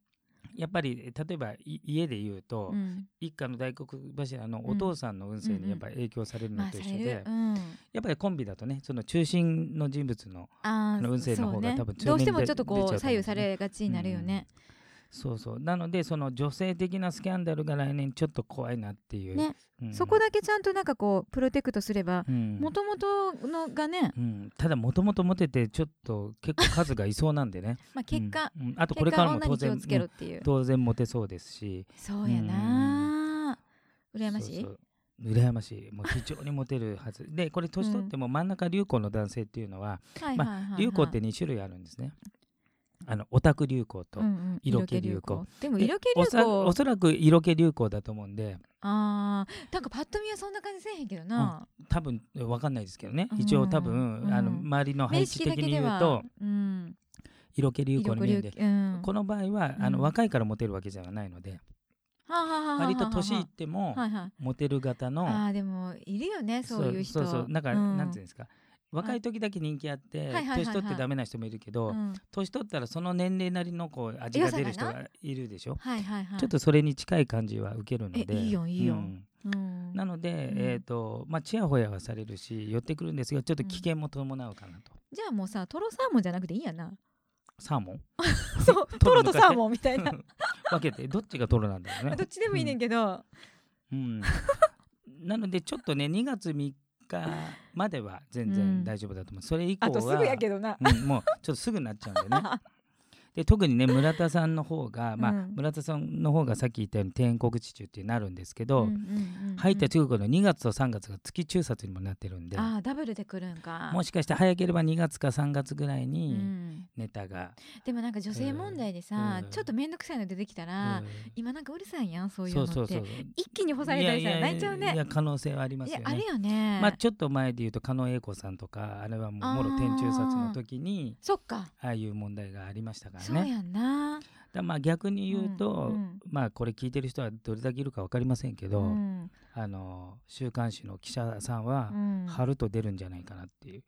Speaker 2: やっぱり例えばい家で言うと、
Speaker 1: うん
Speaker 2: 一家の大黒柱の
Speaker 1: うん
Speaker 2: お父さんの運
Speaker 1: う
Speaker 2: 勢
Speaker 1: んうん
Speaker 2: にやっぱり影響される
Speaker 1: ま
Speaker 2: の
Speaker 1: あ
Speaker 2: と
Speaker 1: さ
Speaker 2: 一緒
Speaker 1: れ
Speaker 2: で、
Speaker 1: る、うん、
Speaker 2: やっぱりコンビだとねその中心の人物の
Speaker 1: あー
Speaker 2: あの運勢の方が
Speaker 1: そうね
Speaker 2: 多分強
Speaker 1: どうして
Speaker 2: め
Speaker 1: も
Speaker 2: に
Speaker 1: ちょっとこ
Speaker 2: 出ちゃ
Speaker 1: う左
Speaker 2: うと思うんですね
Speaker 1: 右されがちになるよね。
Speaker 2: そうそうなのでその女性的なスキャンダルが来年ちょっと怖いなっていう、
Speaker 1: ね
Speaker 2: うん
Speaker 1: そこ、だけちゃんとなんかこうプロテクトすれば
Speaker 2: うん
Speaker 1: もともとのがね、
Speaker 2: うん、ただもともとモテてちょっと結構数がいそうなんでね
Speaker 1: まあ、結果、、
Speaker 2: うんうんあと
Speaker 1: 結
Speaker 2: これ
Speaker 1: 果
Speaker 2: から
Speaker 1: は
Speaker 2: も
Speaker 1: 女
Speaker 2: 当
Speaker 1: に気
Speaker 2: 然
Speaker 1: をつけろっていう
Speaker 2: う、ん当然モテそうですし
Speaker 1: そうやなー、羨ましい
Speaker 2: そうそう羨ましいもう非常にモテるはずでこれ年取っても真ん中流行の男性っていうのは、
Speaker 1: はいはいはいはい
Speaker 2: 流行って2種類あるんですねあのオタク流行と、
Speaker 1: うんうん
Speaker 2: 色気流行
Speaker 1: でも
Speaker 2: で
Speaker 1: 色気
Speaker 2: お
Speaker 1: 流
Speaker 2: そらお
Speaker 1: 行
Speaker 2: そらく色気流行だと思うんで
Speaker 1: あーなんかパッと見はそんな感じせえへんけどな、
Speaker 2: 多分わかんないですけどね
Speaker 1: うん
Speaker 2: 一応多分、
Speaker 1: うん
Speaker 2: あの周りの配
Speaker 1: 面
Speaker 2: 置
Speaker 1: 識だ
Speaker 2: 的
Speaker 1: け
Speaker 2: に
Speaker 1: で
Speaker 2: 言
Speaker 1: は
Speaker 2: うと
Speaker 1: うん、
Speaker 2: 色気流行に見えるん
Speaker 1: 色
Speaker 2: で
Speaker 1: 気流行うん
Speaker 2: この場合はあの、
Speaker 1: うん
Speaker 2: 若いからモテるわけじゃないので
Speaker 1: はあはあはあはあはあ
Speaker 2: 割と年いっても
Speaker 1: はいはい
Speaker 2: モテる型の、
Speaker 1: あーでもいるよねそういう人
Speaker 2: そうそうなんか、なんていうん
Speaker 1: う
Speaker 2: ですか若い時だけ人気あって、
Speaker 1: はいはいはいはい
Speaker 2: 年取ってダメな人もいるけど、
Speaker 1: んうん
Speaker 2: 年取ったらその年齢なりのこう味が出る人がいるでしょ、
Speaker 1: はいはいはい
Speaker 2: ちょっとそれに近い感じは受けるので
Speaker 1: えいいよいいよ
Speaker 2: うん
Speaker 1: うん
Speaker 2: なので、
Speaker 1: うん
Speaker 2: えっ、とまあちやほやはされるし寄ってくるんですがちょっと危険も伴うかなと、
Speaker 1: じゃあもうさトロサーモンじゃなくていいや な
Speaker 2: サーモン
Speaker 1: そうトロとサーモンみたいな
Speaker 2: 分けてどっちがトロなんだろうね
Speaker 1: どっちでもいいねんけど、
Speaker 2: うん、なのでちょっとね2月3日までは全
Speaker 1: うん
Speaker 2: 然大丈夫だと思う、それ以降
Speaker 1: あ
Speaker 2: は
Speaker 1: とすぐやけどな、
Speaker 2: うんもうちょっとすぐなっちゃう んでねで特にね村田さんの方が、まあ
Speaker 1: うん
Speaker 2: 村田さんの方がさっき言ったように天国地中ってなるんですけど、
Speaker 1: うんうんうんうん
Speaker 2: 入った中国の2月と3月が月中殺にもなってるんで
Speaker 1: あーダブルで来るんか
Speaker 2: もしかして早ければ2月か3月ぐらいうに
Speaker 1: ん
Speaker 2: ネタが、
Speaker 1: でもなんか女性問題でさ、
Speaker 2: うん
Speaker 1: ちょっと面倒くさいの出てきたら、今なんかうるさいやんそううんいうの
Speaker 2: そ
Speaker 1: っ
Speaker 2: う
Speaker 1: て
Speaker 2: そうそう
Speaker 1: 一気に干されたり
Speaker 2: い
Speaker 1: さ
Speaker 2: やいや
Speaker 1: 泣いちゃうね
Speaker 2: いや可能性はあります
Speaker 1: いや
Speaker 2: よね
Speaker 1: あるよね、
Speaker 2: まあちょっと前で言うと狩野英孝さんとかあれはもうもろ天中殺の時に
Speaker 1: そっか
Speaker 2: ああいう問題がありましたから
Speaker 1: そう
Speaker 2: ね。
Speaker 1: やんな
Speaker 2: だまあ逆に言うと、
Speaker 1: うん
Speaker 2: まあこれ聞いてる人はどれだけいるか分かりませんけ
Speaker 1: う
Speaker 2: ど、
Speaker 1: ん
Speaker 2: あの週刊誌の記者さんは
Speaker 1: う、ん
Speaker 2: 春と出るんじゃないかなっていう。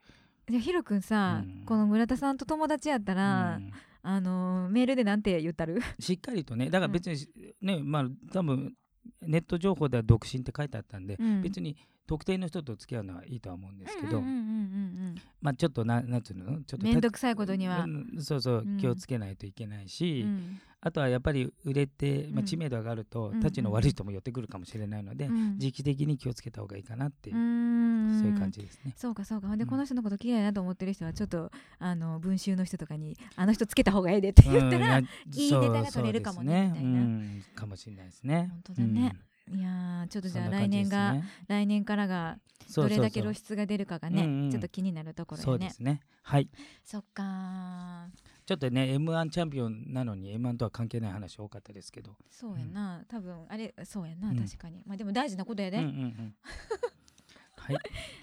Speaker 1: じゃあヒロ君さ、
Speaker 2: うん
Speaker 1: この村田さんと友達やったら、
Speaker 2: うん
Speaker 1: あのーメールでなんて言ったる
Speaker 2: しっかりとねだから別に、ねまあ多分ネット情報では独身って書いてあったんで、
Speaker 1: うん
Speaker 2: 別に特定の人と付き合うのはいいとは思うんですけ
Speaker 1: う
Speaker 2: ど、
Speaker 1: んうんうん
Speaker 2: まあちょっとななんつうのちょっと
Speaker 1: めんどくさいことには
Speaker 2: うんそうそう
Speaker 1: うん
Speaker 2: 気をつけないといけない
Speaker 1: うんう
Speaker 2: し、
Speaker 1: ん
Speaker 2: あとはやっぱり売れて、ま
Speaker 1: う
Speaker 2: あ、
Speaker 1: ん
Speaker 2: 知名度上がると、
Speaker 1: うん
Speaker 2: たちの悪い人も寄ってくるかもしれないので、
Speaker 1: うん
Speaker 2: 時期的に気をつけた方がいいかなっていう、
Speaker 1: ん
Speaker 2: そういう感じですね。
Speaker 1: そうかそうかほんで
Speaker 2: うん
Speaker 1: この人のこと嫌いなと思ってる人はちょっとあの文集の人とかに「あの人つけた方がええで」って 言ったら、
Speaker 2: うん
Speaker 1: いいネタが取れるかもねみ
Speaker 2: そうそうです
Speaker 1: たいな
Speaker 2: うんかもしれないですね。
Speaker 1: 本当だねいやーちょっ
Speaker 2: う
Speaker 1: と
Speaker 2: ん。
Speaker 1: じゃあ来年が、来年からがどれだけ露
Speaker 2: 出
Speaker 1: 出が出るかがね
Speaker 2: うんうん
Speaker 1: ちょっと気になるところ
Speaker 2: そ
Speaker 1: よ
Speaker 2: うで
Speaker 1: ね
Speaker 2: すね。はい。
Speaker 1: そっかー
Speaker 2: ちょっとね M1 チャンピオンなのに M1 とは関係ない話多かったですけど。
Speaker 1: そうやな多分あれそうやな
Speaker 2: うん
Speaker 1: 確かにまあでも大事なことやで、
Speaker 2: うんうんうん。はい。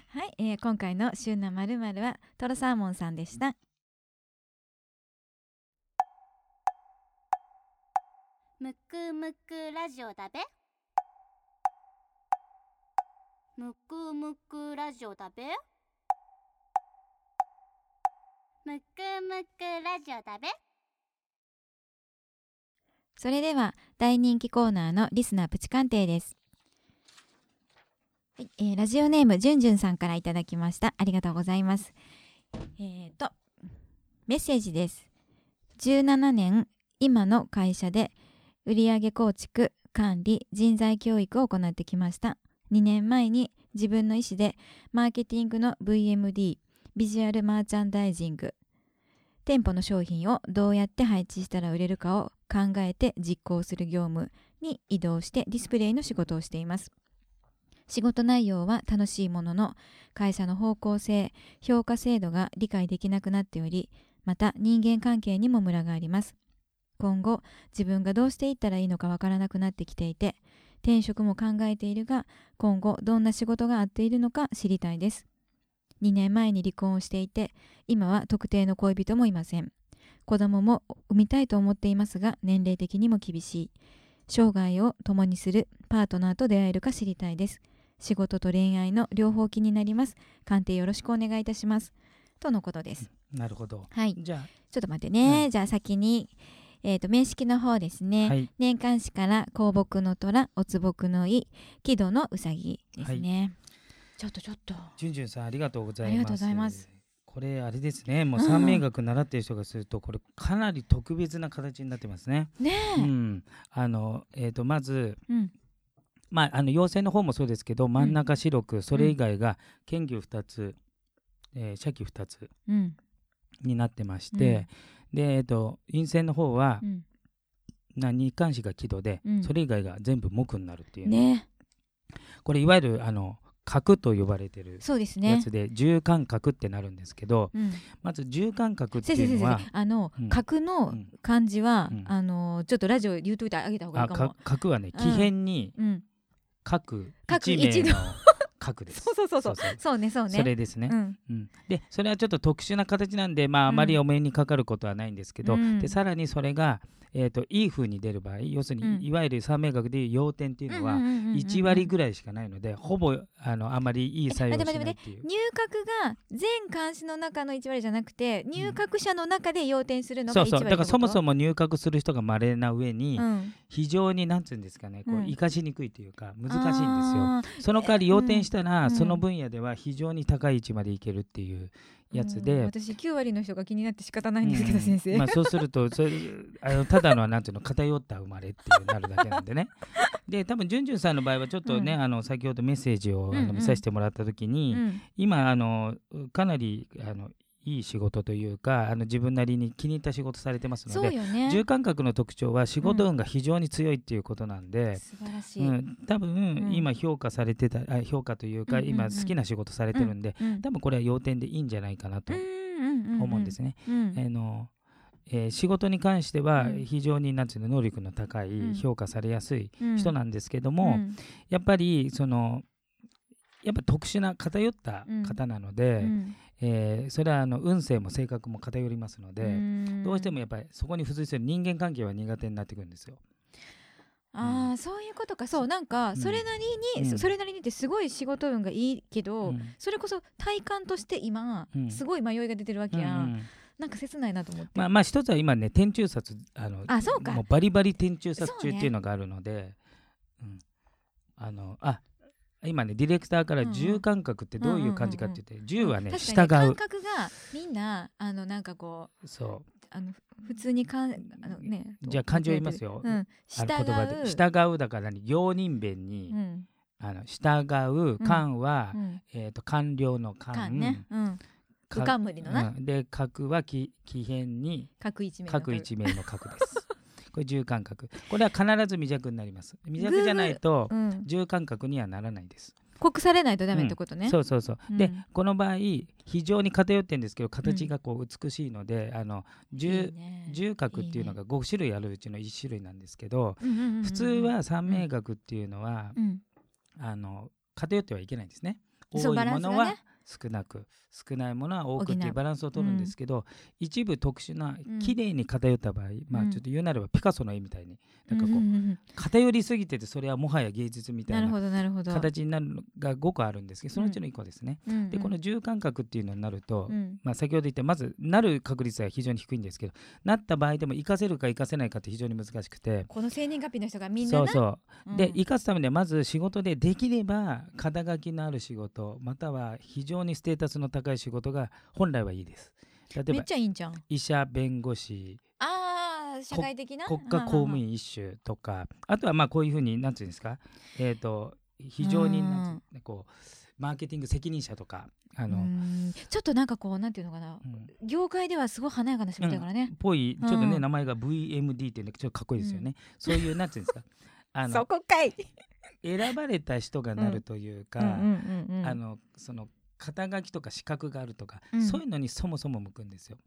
Speaker 1: はい、えー今回の「週なまるまるはトロサーモンさんでした
Speaker 3: むくむくラジオだべむくむくラジオだべむくむくラジオだべ
Speaker 1: それでは大人気コーナーのリスナープチ鑑定ですはい、えーラジオネームじゅんじゅんさんからいただきました。ありがとうございます。えー、と、メッセージです。17年、今の会社で売上構築、管理、人材教育を行ってきました。2年前に自分の意思でマーケティングの VMD、ビジュアルマーチャンダイジング、店舗の商品をどうやって配置したら売れるかを考えて実行する業務に移動してディスプレイの仕事をしています。仕事内容は楽しいものの会社の方向性評価制度が理解できなくなっておりまた人間関係にもムラがあります今後自分がどうしていったらいいのかわからなくなってきていて転職も考えているが今後どんな仕事が合っているのか知りたいです2年前に離婚をしていて今は特定の恋人もいません子供も産みたいと思っていますが年齢的にも厳しい生涯を共にするパートナーと出会えるか知りたいです仕事と恋愛の両方気になります鑑定よろしくお願いいたしますとのことです
Speaker 2: なるほど。
Speaker 1: はい
Speaker 2: じゃ
Speaker 1: ちょっと待ってね、
Speaker 2: う
Speaker 1: じゃあ先にえー、と名式の方です
Speaker 2: あ、
Speaker 1: ね、
Speaker 2: はい、
Speaker 1: 年間誌から「香木の虎」「おつぼくの井」「木戸のうさぎ」ですね、ちょっとちょっと
Speaker 2: じゅんじゅんさんありがとうございます。
Speaker 1: ありがとうございます。
Speaker 2: これあれですね。もう
Speaker 1: うん
Speaker 2: 三名学習っている人がすると、これかなり特別な形になってますね。
Speaker 1: ね
Speaker 2: う
Speaker 1: え
Speaker 2: ん。あのえっ、とまず。
Speaker 1: うん
Speaker 2: まあ、あの要請の方もそうですけど真ん中白く、それ以外が剣牛2つ、えー、射器2つ
Speaker 1: うん
Speaker 2: になってまして、で、えっと陰線の方は
Speaker 1: う、ん
Speaker 2: な日刊紙が木戸で、
Speaker 1: うん
Speaker 2: それ以外が全部木になるっていうね、
Speaker 1: ね
Speaker 2: これいわゆるあの角と呼ばれてる
Speaker 1: そうです
Speaker 2: や
Speaker 1: ね
Speaker 2: つで、重間角ってなるんですけど
Speaker 1: うん
Speaker 2: まず重間角って
Speaker 1: 先生
Speaker 2: いう
Speaker 1: 先
Speaker 2: のは
Speaker 1: 生あの、
Speaker 2: うん
Speaker 1: 角の
Speaker 2: うん
Speaker 1: 漢字は、
Speaker 2: うん
Speaker 1: あのちょっとラジオ言うといてあげた方がい
Speaker 2: あ
Speaker 1: いかも
Speaker 2: か角は
Speaker 1: う
Speaker 2: ね
Speaker 1: ん
Speaker 2: 木片に
Speaker 1: うん
Speaker 2: 角
Speaker 1: 角
Speaker 2: 一名
Speaker 1: 一
Speaker 2: の
Speaker 1: の
Speaker 2: 角です。
Speaker 1: そうそうそうそう
Speaker 2: そうそう
Speaker 1: そうねそうね
Speaker 2: それですね、
Speaker 1: うん
Speaker 2: うん、でそれはちょっと特殊な形なんで、まあ、あまりお目にかかることはないんですけど、
Speaker 1: うん
Speaker 2: でさらにそれが、えー、といい風に出る場合要するに、
Speaker 1: うん
Speaker 2: いわゆる三名学でいう要点っていうのは1
Speaker 1: 1
Speaker 2: 割ぐらいしかないので、ほぼあのあまりいい作用をしないっていう。
Speaker 1: 入閣が全監視の中の1割じゃなくて入閣者の中で要点するの
Speaker 2: そ
Speaker 1: が
Speaker 2: う
Speaker 1: 1
Speaker 2: そう
Speaker 1: 割
Speaker 2: だからそもそ
Speaker 1: も、
Speaker 2: も入閣する人が稀な上に、
Speaker 1: うん、
Speaker 2: 非常に何て言うんですかねこう
Speaker 1: うん
Speaker 2: 生かしにくいというか難しいんですよ。
Speaker 1: ですよ
Speaker 2: その代わり要点したら、
Speaker 1: うん
Speaker 2: その分野では非常に高い位置までいけるっていうやつで、
Speaker 1: 私9割の人が気になって仕方ないんですけど、
Speaker 2: うん
Speaker 1: 先生、
Speaker 2: まあ、そうするとそれあのただのなんていうの偏った生まれっていうなるだけな んでね。で多分じゅんじゅんさんの場合はちょっとね、
Speaker 1: うん
Speaker 2: あの先ほどメッセージをあの
Speaker 1: うんうん
Speaker 2: 見させてもらった時に、
Speaker 1: うん
Speaker 2: 今あのかなりあのいい仕事というかあの自分なりに気に入った仕事されてますの
Speaker 1: そう
Speaker 2: で。
Speaker 1: よね
Speaker 2: 重感覚の特徴は仕事運が非常に強いっていうことなんで、
Speaker 1: 素晴らし
Speaker 2: う
Speaker 1: い、
Speaker 2: ん
Speaker 1: うん
Speaker 2: 多分、
Speaker 1: うん
Speaker 2: 今評価されてたあ評価というか、
Speaker 1: うんうんうん
Speaker 2: 今好きな仕事されてるんで、
Speaker 1: うん
Speaker 2: 多分これは要点でいいんじゃないかなと
Speaker 1: うん
Speaker 2: 思うんですね。
Speaker 1: うん
Speaker 2: あのえー仕事に関しては
Speaker 1: うん
Speaker 2: 非常になんていうの能力の高
Speaker 1: う
Speaker 2: い
Speaker 1: ん
Speaker 2: 評価されやすい
Speaker 1: うん
Speaker 2: 人なんですけども、
Speaker 1: うん
Speaker 2: やっぱりそのやっぱ特殊な偏った方なので、
Speaker 1: うん
Speaker 2: えーそれはあの運勢も性格も偏りますので、
Speaker 1: ん
Speaker 2: どうしてもやっぱりそこに付随する人間関係は苦手になってくるんですよ。
Speaker 1: ああそういうことかそうなんか
Speaker 2: ん
Speaker 1: それなりに、
Speaker 2: うん
Speaker 1: それなりにってすごい仕事運がいいけど、
Speaker 2: うん
Speaker 1: それこそ体感として今、
Speaker 2: うん
Speaker 1: すごい迷いが出てるわけやん、
Speaker 2: うんうん
Speaker 1: なんか切ないなと思って、
Speaker 2: まあまあ一つは今ね天中殺あの
Speaker 1: あそうか
Speaker 2: もうバリバリ天中殺
Speaker 1: そう
Speaker 2: 中
Speaker 1: ね
Speaker 2: っていうのがあるので、うん、あのあ今ねディレクターから
Speaker 1: うんうん
Speaker 2: 銃感覚ってどういう感じかって言って、銃はね
Speaker 1: 確
Speaker 2: 従
Speaker 1: かに
Speaker 2: う
Speaker 1: 感覚がみんなあのなんかこ
Speaker 2: そ
Speaker 1: うんあのふ普通にかんあのね
Speaker 2: じゃあ漢字を言いますよ
Speaker 1: うん、
Speaker 2: うあ
Speaker 1: 従
Speaker 2: る言葉で
Speaker 1: う
Speaker 2: 従うだからに行人弁に、
Speaker 1: うん
Speaker 2: あの従う官は、
Speaker 1: うん
Speaker 2: えっ、と官僚の官
Speaker 1: かんね、うん、
Speaker 2: か
Speaker 1: うかんむりのな
Speaker 2: うんで角はき奇変に
Speaker 1: 各一面の
Speaker 2: 各一名の角ですこれ銃感覚これは必ず微弱になります微弱じゃないと
Speaker 1: うん、
Speaker 2: 重感覚にはならないです。
Speaker 1: 告されないとダメってことね、
Speaker 2: そうそうそう。
Speaker 1: うん
Speaker 2: でこの場合非常に偏ってるんですけど形がこう美しいので、あの
Speaker 1: いい
Speaker 2: 重
Speaker 1: ね
Speaker 2: 重角っていうのが5種類あるうちの1種類なんですけど、
Speaker 1: うんうんうんうん
Speaker 2: 普通は三名角っていうのは
Speaker 1: う、ん
Speaker 2: あの偏ってはいけないんですね。
Speaker 1: そう
Speaker 2: 多いものは、
Speaker 1: バランスがね
Speaker 2: 少なく少ないものは多くっ
Speaker 1: 補
Speaker 2: ていううバランスを取るんですけど、一部特殊な
Speaker 1: うん
Speaker 2: 綺麗に偏った場合、まあ
Speaker 1: うん
Speaker 2: ちょっと言うなればピカソの絵みたいになんかこう、
Speaker 1: うんうんうんうん
Speaker 2: 偏りすぎててそれはもはや芸術みた
Speaker 1: ないる
Speaker 2: な
Speaker 1: ほどなるほど。
Speaker 2: 形になるのが5個あるんですけどそのうちの1個ですね。
Speaker 1: うんうん
Speaker 2: でこの重感覚っていうのになると、
Speaker 1: うん
Speaker 2: まあ、先ほど言ったまずなる確率は非常に低いんですけどなった場合でも活かせるか活かせないかって非常に難しくて。
Speaker 1: この生年月日の人がみんな
Speaker 2: そう
Speaker 1: な
Speaker 2: そう
Speaker 1: うん
Speaker 2: で生かすためにはまず仕事でできれば肩書きのある仕事または非常にステータスの高い仕事が本来はいいです例え
Speaker 1: めっ
Speaker 2: ば
Speaker 1: ちゃいいんじゃん。
Speaker 2: 医者弁護士
Speaker 1: ああ社会的な
Speaker 2: 国家公務員一種とかあとはまあこういうふうになんていうんですかえっ、と非常になんていうこうマーケティング責任者とかあ
Speaker 1: あ
Speaker 2: の、
Speaker 1: ちょっとなんかこうなんていうのかな
Speaker 2: うん
Speaker 1: 業界ではすごい華やかな仕事だからね。
Speaker 2: ぽいちょっとね、
Speaker 1: うん
Speaker 2: 名前が VMD っていうのがちょっとかっこいいですよね、そういうなんていうんですか あの
Speaker 1: こかい。
Speaker 2: 選ばれた人がなるというか、
Speaker 1: うんうんうんうん
Speaker 2: あのその肩書きとか資格があるとか、
Speaker 1: うん
Speaker 2: そういうのにそもそも向くんですよ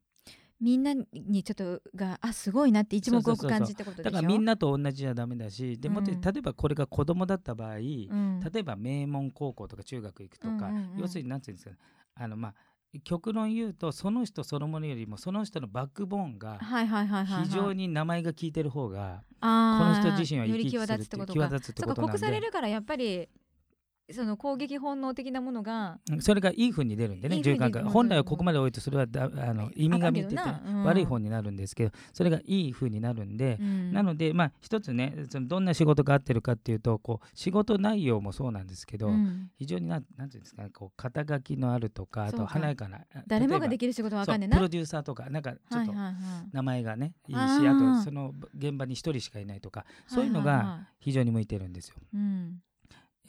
Speaker 1: みんなにちょっとがあすごいなって一目
Speaker 2: そう
Speaker 1: 置く
Speaker 2: そうそうそう
Speaker 1: 感じってことでし
Speaker 2: だ
Speaker 1: ょ。
Speaker 2: からみんなと同じじゃダメだしでもっと言う
Speaker 1: う
Speaker 2: 例えばこれが子供だった場合、
Speaker 1: うん
Speaker 2: 例えば名門高校とか中学行くとか、
Speaker 1: うんうんうん
Speaker 2: 要するに何て言うんですかねあのまあ極論言うとその人そのものよりもその人のバックボーンが
Speaker 1: はいはいはいはいはい。
Speaker 2: 非常に名前が効いてる方が、
Speaker 1: こ
Speaker 2: この人自身は生き生き
Speaker 1: より際
Speaker 2: する
Speaker 1: 立
Speaker 2: っ
Speaker 1: つってて
Speaker 2: いう
Speaker 1: こと
Speaker 2: 際
Speaker 1: か。
Speaker 2: 立つって
Speaker 1: そ
Speaker 2: こ
Speaker 1: っか
Speaker 2: となん
Speaker 1: 告
Speaker 2: で
Speaker 1: されるからやっぱりその攻撃本能的なものが
Speaker 2: うんそれがいい風に出るんでね
Speaker 1: いい風
Speaker 2: 循
Speaker 1: に出る
Speaker 2: 環が本来はここまで置いてそれはだあの意味が見てて
Speaker 1: あかんけどなうん
Speaker 2: 悪い方になるんですけどそれがいい風になるんで、な
Speaker 1: な
Speaker 2: のでまあ一つねそのどんな仕事が合ってるかっていうとこう仕事内容もそうなんですけど、非常になんなんていうんですかねこう肩書きのあるとかあ
Speaker 1: そ
Speaker 2: と
Speaker 1: うか
Speaker 2: 華やかな
Speaker 1: 誰もがで
Speaker 2: き
Speaker 1: きる仕事はわかんねえな。
Speaker 2: プロデューサーとかなんかちょっと
Speaker 1: はいはいはい
Speaker 2: 名前がねいいし、
Speaker 1: あ
Speaker 2: あ
Speaker 1: ー
Speaker 2: とその現場に一人しかいないとかそういうの
Speaker 1: はいはい
Speaker 2: が
Speaker 1: はい
Speaker 2: 非常に向いてるんですよ。
Speaker 1: うん、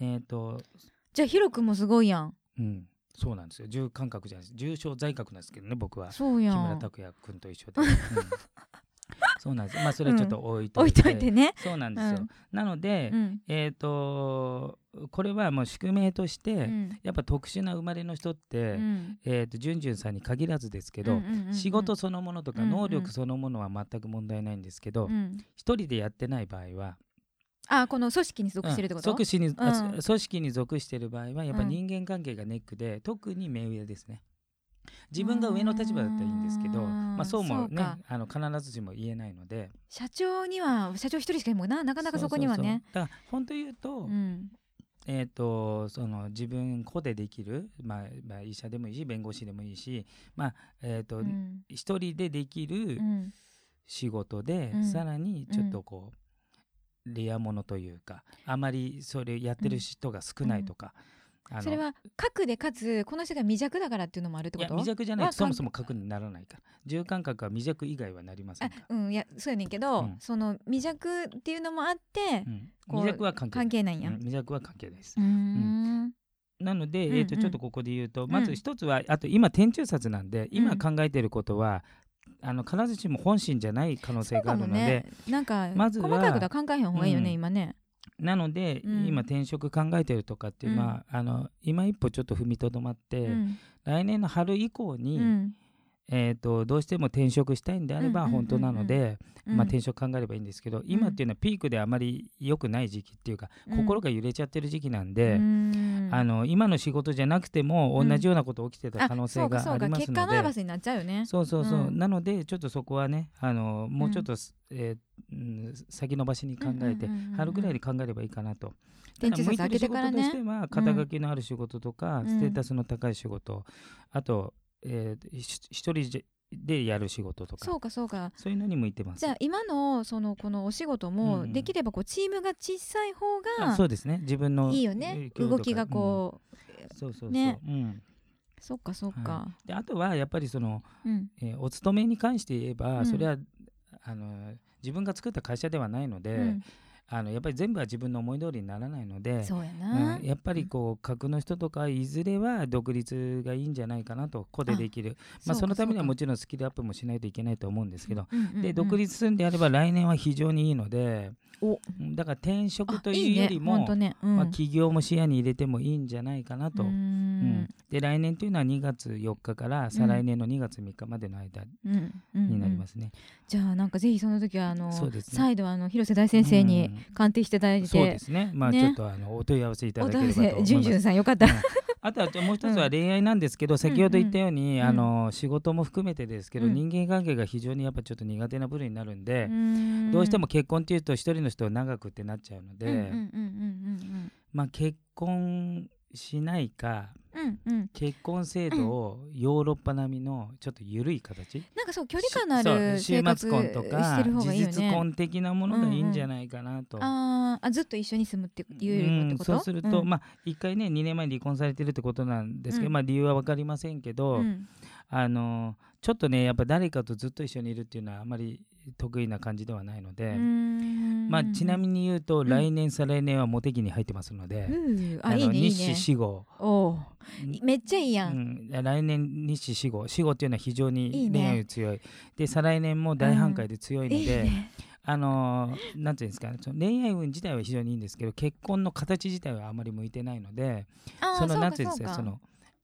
Speaker 2: えっ、と
Speaker 1: じゃあヒロ君もすごいやん
Speaker 2: うん、そうなんですよ重感覚じゃないです重症在覚なんですけどね僕は
Speaker 1: そう
Speaker 2: 木
Speaker 1: や
Speaker 2: 村
Speaker 1: ん
Speaker 2: 拓哉君と一緒で、 うんそうなんですまあそれはちょっと置いと
Speaker 1: 置
Speaker 2: い
Speaker 1: い
Speaker 2: て,、
Speaker 1: といてね、
Speaker 2: そうなんですよ、
Speaker 1: うん
Speaker 2: なので、
Speaker 1: うん
Speaker 2: えっ、とこれはもう宿命として、
Speaker 1: うん
Speaker 2: やっぱ特殊な生まれの人って、
Speaker 1: うん
Speaker 2: えっ、とジュンジュンさんに限らずですけど、
Speaker 1: うんうんうんうん
Speaker 2: 仕事そのものとか
Speaker 1: うんうん
Speaker 2: 能力そのものは全く問題ないんですけど、
Speaker 1: うん
Speaker 2: 一人でやってない場合は
Speaker 1: あこの組織に属してるってこと、
Speaker 2: うん、属に、あ
Speaker 1: うん
Speaker 2: 組織に属してる場合はやっぱ
Speaker 1: うん
Speaker 2: 人間関係がネックで、特に目上ですね自分が上の立場だったらいいんですけど
Speaker 1: あー
Speaker 2: まあ、そうも
Speaker 1: そう
Speaker 2: ね
Speaker 1: か
Speaker 2: あの必ずしも言えないので
Speaker 1: 社長には社長一人しかいないもんななかなかそこにはね
Speaker 2: そうそうそうだから本当言うと,、
Speaker 1: うん
Speaker 2: えー、とその自分個でできる、まあまあ、医者でもいいし弁護士でもいいし、まあえーと
Speaker 1: うん
Speaker 2: 一人でできる
Speaker 1: うん
Speaker 2: 仕事で、
Speaker 1: うん
Speaker 2: さらにちょっとこう、レアものというかあまりそれやってる人が少ないとか、あの
Speaker 1: それは核でかつこの人が未弱だからっていうのもあるって
Speaker 2: い
Speaker 1: こ
Speaker 2: や
Speaker 1: と
Speaker 2: 未弱じゃない
Speaker 1: は
Speaker 2: そもそも核にならないから重感覚は未弱以外はなりません
Speaker 1: あ
Speaker 2: から、
Speaker 1: うんいやそうやねんけど、
Speaker 2: うん
Speaker 1: その未弱っていうのもあって
Speaker 2: う、ん、
Speaker 1: こう
Speaker 2: 未弱は関係な
Speaker 1: 関
Speaker 2: い
Speaker 1: 係ないんや、
Speaker 2: うん未弱は関係ないです
Speaker 1: うーん
Speaker 2: なので、
Speaker 1: うん
Speaker 2: えー、と
Speaker 1: うん
Speaker 2: ちょっとここで言うと、
Speaker 1: ん
Speaker 2: まず一つはあと今天中殺なんで
Speaker 1: う
Speaker 2: 今
Speaker 1: ん
Speaker 2: 考えてることは、あの必ずしも本心じゃない可能
Speaker 1: そ
Speaker 2: 性
Speaker 1: う
Speaker 2: があ
Speaker 1: か
Speaker 2: る
Speaker 1: も
Speaker 2: ので、
Speaker 1: ねなんか、
Speaker 2: まずは
Speaker 1: 細かいことは考えへん方がいいよね、
Speaker 2: うん
Speaker 1: 今ね
Speaker 2: なので、
Speaker 1: うん
Speaker 2: 今転職考えてるとかっていうのは、あの今一歩ちょっと踏みとどまって、
Speaker 1: うん
Speaker 2: 来年の春以降に、
Speaker 1: うん
Speaker 2: えー、とどうしても転職したいんであれば
Speaker 1: うんうんうんう
Speaker 2: 本
Speaker 1: ん
Speaker 2: 当なので、
Speaker 1: うん
Speaker 2: まあ、転職考えればいいんですけど、今っていうのはピークであまり良くない時期っていうか、
Speaker 1: うん
Speaker 2: 心が揺れちゃってる時期なんで、
Speaker 1: うん
Speaker 2: あの今の仕事じゃなくても同じようなこと起きてた可能
Speaker 1: そ
Speaker 2: 性が
Speaker 1: うかそ
Speaker 2: あ
Speaker 1: うか
Speaker 2: ります
Speaker 1: 結果
Speaker 2: の
Speaker 1: の合わ
Speaker 2: で。
Speaker 1: せになっちゃうよね
Speaker 2: そうそうそう、
Speaker 1: うん
Speaker 2: なのでちょっとそこはねあのもうちょっと、えーうん先延ばしに考えて、
Speaker 1: うんうんうんうん
Speaker 2: 春ぐらいに考えればいいかなと。
Speaker 1: 電柱
Speaker 2: た
Speaker 1: 札開け
Speaker 2: だ向いて
Speaker 1: て
Speaker 2: る
Speaker 1: から
Speaker 2: 仕事として
Speaker 1: ね
Speaker 2: は肩書きのある仕事とか、
Speaker 1: うん
Speaker 2: ステータスの高い仕事、あと、えーひ一人じゃでやる仕事とか
Speaker 1: そうかそうか
Speaker 2: そういうのに向いてます。
Speaker 1: じゃあ今のそのこのお仕事
Speaker 2: うんう
Speaker 1: も
Speaker 2: ん
Speaker 1: できればこうチームが小さい方
Speaker 2: あそ
Speaker 1: が
Speaker 2: うですね自分の
Speaker 1: いいよ
Speaker 2: え
Speaker 1: ね
Speaker 2: ー強
Speaker 1: 動
Speaker 2: 度
Speaker 1: きがこう
Speaker 2: うんそうそうそう、
Speaker 1: ね
Speaker 2: うん、
Speaker 1: そっかそっか
Speaker 2: であとはやっぱりその、
Speaker 1: うん
Speaker 2: えーお勤めに関して言えば、
Speaker 1: うん
Speaker 2: それはあの自分が作った会社ではないので、
Speaker 1: うん
Speaker 2: あのやっぱり全部は自分の思い通りにならないので。
Speaker 1: そうや
Speaker 2: う、
Speaker 1: なん
Speaker 2: やっぱりこう格の人とかいずれは独立がいいんじゃないかなと個でできるまあ、そのためにはもちろんスキルアップもしないといけないと思うんですけど、
Speaker 1: ろん
Speaker 2: で独立するんであれば来年は非常にいいので、
Speaker 1: お
Speaker 2: うんだから転職と
Speaker 1: あい
Speaker 2: いう
Speaker 1: ね
Speaker 2: よりも
Speaker 1: ほんとねうん
Speaker 2: まあ、起業も視野に入れてもいいんじゃないかなと。
Speaker 1: うー
Speaker 2: うん
Speaker 1: ん
Speaker 2: で来年というのは2月4日から再来年の2月3日までの間
Speaker 1: うんうん
Speaker 2: になりますすね。
Speaker 1: じゃあなんかぜひその時はあの
Speaker 2: そうですね
Speaker 1: 再度あの広瀬大先生に鑑定していただい
Speaker 2: そう
Speaker 1: て
Speaker 2: で、すね。まあ
Speaker 1: ね
Speaker 2: ちょっとあのお問い合わせいただ
Speaker 1: お
Speaker 2: けれ
Speaker 1: 問い
Speaker 2: ばと
Speaker 1: 合わ
Speaker 2: 思
Speaker 1: せ
Speaker 2: い
Speaker 1: じゅん
Speaker 2: ま
Speaker 1: じゅん
Speaker 2: す。
Speaker 1: さんよかった、
Speaker 2: あとはもう一つ
Speaker 1: う
Speaker 2: は
Speaker 1: ん
Speaker 2: 恋愛なんですけど、先ほど言ったように、
Speaker 1: うん
Speaker 2: あの仕事も含めてですけど、
Speaker 1: うん
Speaker 2: 人間関係が非常にやっぱちょっと苦手な部類になるんで、
Speaker 1: ん
Speaker 2: どうしても結婚っていうと一人の人を長くってなっちゃうので、
Speaker 1: うんうんうん
Speaker 2: まあ結婚しないか
Speaker 1: うんうんうんうん
Speaker 2: 結婚制度をヨーロッパ並みのちょっと緩い形、
Speaker 1: なんかそう距離感のある
Speaker 2: そう
Speaker 1: 生
Speaker 2: 週
Speaker 1: 活
Speaker 2: 末婚と
Speaker 1: して
Speaker 2: か
Speaker 1: る方がいいよ
Speaker 2: 事実
Speaker 1: ね
Speaker 2: 婚的なものがいいんじゃないかなと。
Speaker 1: あーあずっと一緒に住むっていうよりもってこと、
Speaker 2: うんそうすると、
Speaker 1: ん
Speaker 2: まあ1回ね2年前に離婚されてるってことなんですけど、
Speaker 1: うん
Speaker 2: まあ理由は分かりませんけど、
Speaker 1: うん
Speaker 2: あのちょっとねやっぱ誰かとずっと一緒にいるっていうのはあまり得意な感じではないので、まあちなみに言うと、
Speaker 1: ん
Speaker 2: 来年再来年はモテ期に入ってますので、
Speaker 1: うー
Speaker 2: あ
Speaker 1: あいい
Speaker 2: の
Speaker 1: ねいい
Speaker 2: 日誌
Speaker 1: ね
Speaker 2: 死後、
Speaker 1: おうめっちゃいいや、
Speaker 2: うんん、来年日誌死後死後っていうのは非常
Speaker 1: いい
Speaker 2: に
Speaker 1: ね
Speaker 2: 恋愛に強いで再来年も大反対で強いの
Speaker 1: いい
Speaker 2: で、
Speaker 1: ね
Speaker 2: あのーなんていうんですかねその恋愛運自体は非常にいいんですけど結婚の形自体はあまり向いてないので
Speaker 1: あー
Speaker 2: その
Speaker 1: う
Speaker 2: なん
Speaker 1: か
Speaker 2: ていう
Speaker 1: う
Speaker 2: んです
Speaker 1: か
Speaker 2: かその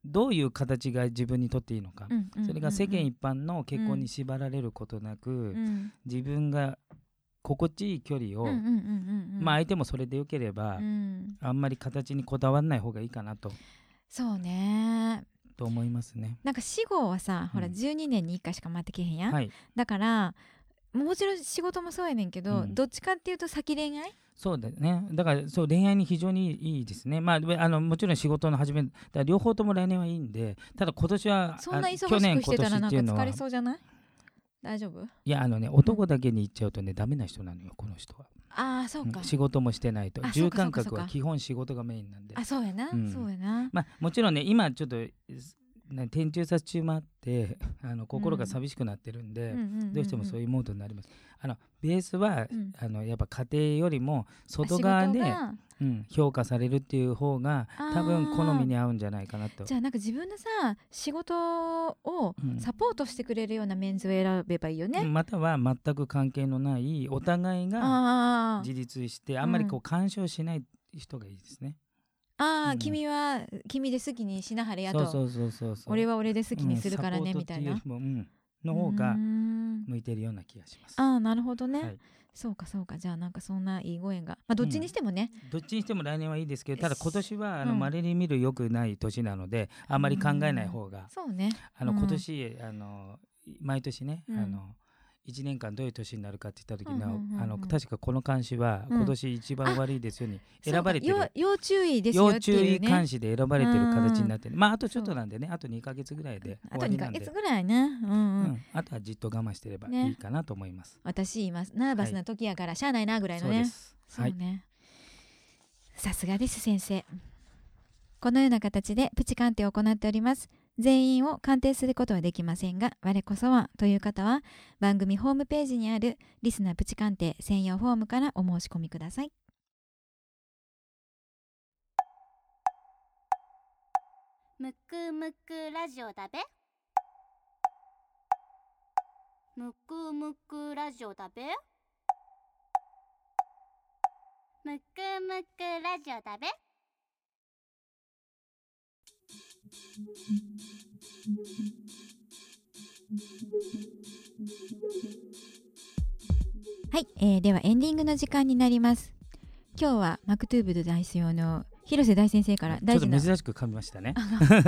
Speaker 2: どういう形が自分にとっていいのか、
Speaker 1: うんうん
Speaker 2: それが世間一般の結
Speaker 1: う
Speaker 2: 婚
Speaker 1: ん
Speaker 2: に縛られることなく、
Speaker 1: うん
Speaker 2: 自分が心地いい距離を、
Speaker 1: うんうんうんうんうん
Speaker 2: まあ相手もそれでよければ、
Speaker 1: うん
Speaker 2: あんまり形にこだわらない方がいいかなと
Speaker 1: そうね
Speaker 2: と思いますね。
Speaker 1: なんか死後はさほら
Speaker 2: うん
Speaker 1: 12年に1回しか回ってけへんやん、
Speaker 2: はい、
Speaker 1: だからもちろん仕事もそうやねんけど、
Speaker 2: うん
Speaker 1: どっちかっていうと先恋愛
Speaker 2: そうだね。だからそう恋愛に非常にいいですね。まあであのもちろん仕事の始め、だから両方とも来年はいいんで、ただ今年は
Speaker 1: そんな
Speaker 2: あ
Speaker 1: 忙し
Speaker 2: 去年
Speaker 1: くしてたらな
Speaker 2: 今
Speaker 1: んか
Speaker 2: 年っていうの
Speaker 1: 疲
Speaker 2: は
Speaker 1: れそうじゃない大丈夫
Speaker 2: いやあのね男だけに言っちゃうとねダメな人なのよこの人は。
Speaker 1: ああそうか、
Speaker 2: うん仕事もしてないと
Speaker 1: あそう
Speaker 2: 重
Speaker 1: かそう
Speaker 2: 感
Speaker 1: かそうか
Speaker 2: 覚は基本仕事がメインなんで
Speaker 1: あ。そうやな、
Speaker 2: うん
Speaker 1: そうやな
Speaker 2: まあもちろんね今ちょっとな天中殺中もあって あの心が寂しくなってるんで。どうしてもそう
Speaker 1: い
Speaker 2: いうモードになります。あのベースは、
Speaker 1: うん
Speaker 2: あのやっぱ家庭よりも外側で、うん、評価されるっていう方が多分好みに合うんじゃないかなと
Speaker 1: じ。ゃあなんか自分のさ仕事を
Speaker 2: うん
Speaker 1: サポートしてくれるようなメンズを選べばいいよね、
Speaker 2: または全く関係のないお互い
Speaker 1: あ
Speaker 2: が
Speaker 1: ー
Speaker 2: 自立してあんまりこう干渉しない人がいいですね。
Speaker 1: あー、
Speaker 2: うん
Speaker 1: 君は君で好きにしなはれやと
Speaker 2: そうそうそうそうそう。
Speaker 1: 俺
Speaker 2: は
Speaker 1: は俺で好きにするからね、みたいな
Speaker 2: うん、の方が
Speaker 1: うーん
Speaker 2: 向いてるような気がします。
Speaker 1: ああなるほどね、
Speaker 2: はい
Speaker 1: そうかそうかじゃあなんかそんないいご縁がまあどっちにしてもね、
Speaker 2: どっちにしても来年はいいですけどただ今年はあ
Speaker 1: う
Speaker 2: の
Speaker 1: ん
Speaker 2: 稀に見る良くない年なのであまり考えない方が
Speaker 1: そうね
Speaker 2: あの
Speaker 1: うん
Speaker 2: 今年、あの毎年ね、
Speaker 1: うん
Speaker 2: あの1年間どういう年になるかって言った時
Speaker 1: うん
Speaker 2: の,、
Speaker 1: うんうんうん
Speaker 2: あの確かこの監視は
Speaker 1: うん
Speaker 2: 今年一番悪いですように選ばれて
Speaker 1: そうか
Speaker 2: る、
Speaker 1: 要要注意ですよ
Speaker 2: 要
Speaker 1: っていう、
Speaker 2: 注
Speaker 1: ね、
Speaker 2: 意監視で選ばれてる形になってる、まああとちょっ
Speaker 1: そ
Speaker 2: と
Speaker 1: う
Speaker 2: なんでねあと2か月ぐらいで
Speaker 1: あと
Speaker 2: 終わり
Speaker 1: 2
Speaker 2: な
Speaker 1: ヶ
Speaker 2: んで
Speaker 1: 月ぐらいねうんうん、
Speaker 2: うんあとはじっと我慢してれば
Speaker 1: ね
Speaker 2: いいかなと思います。
Speaker 1: 私今ナーバスな時やからしゃあないなぐらい
Speaker 2: そ
Speaker 1: の
Speaker 2: う
Speaker 1: ね、
Speaker 2: です、
Speaker 1: そ
Speaker 2: は
Speaker 1: う
Speaker 2: い、
Speaker 1: ねさすがです先生このような形でプチ鑑定を行っております全員を鑑定することはできませんが我こそはという方は番組ホームページにあるリスナープチ鑑定専用フォームからお申し込みください
Speaker 3: むくむくラジオだべむくむくラジオだべむくむくラジオだべ
Speaker 1: はい、えーではエンディングの時間になります今日はマクトゥーブル大使用の広瀬大先生から
Speaker 2: ちょ
Speaker 1: 大
Speaker 2: っ
Speaker 1: 事
Speaker 2: と
Speaker 1: な
Speaker 2: 珍しく噛みましたね。
Speaker 1: ちょっ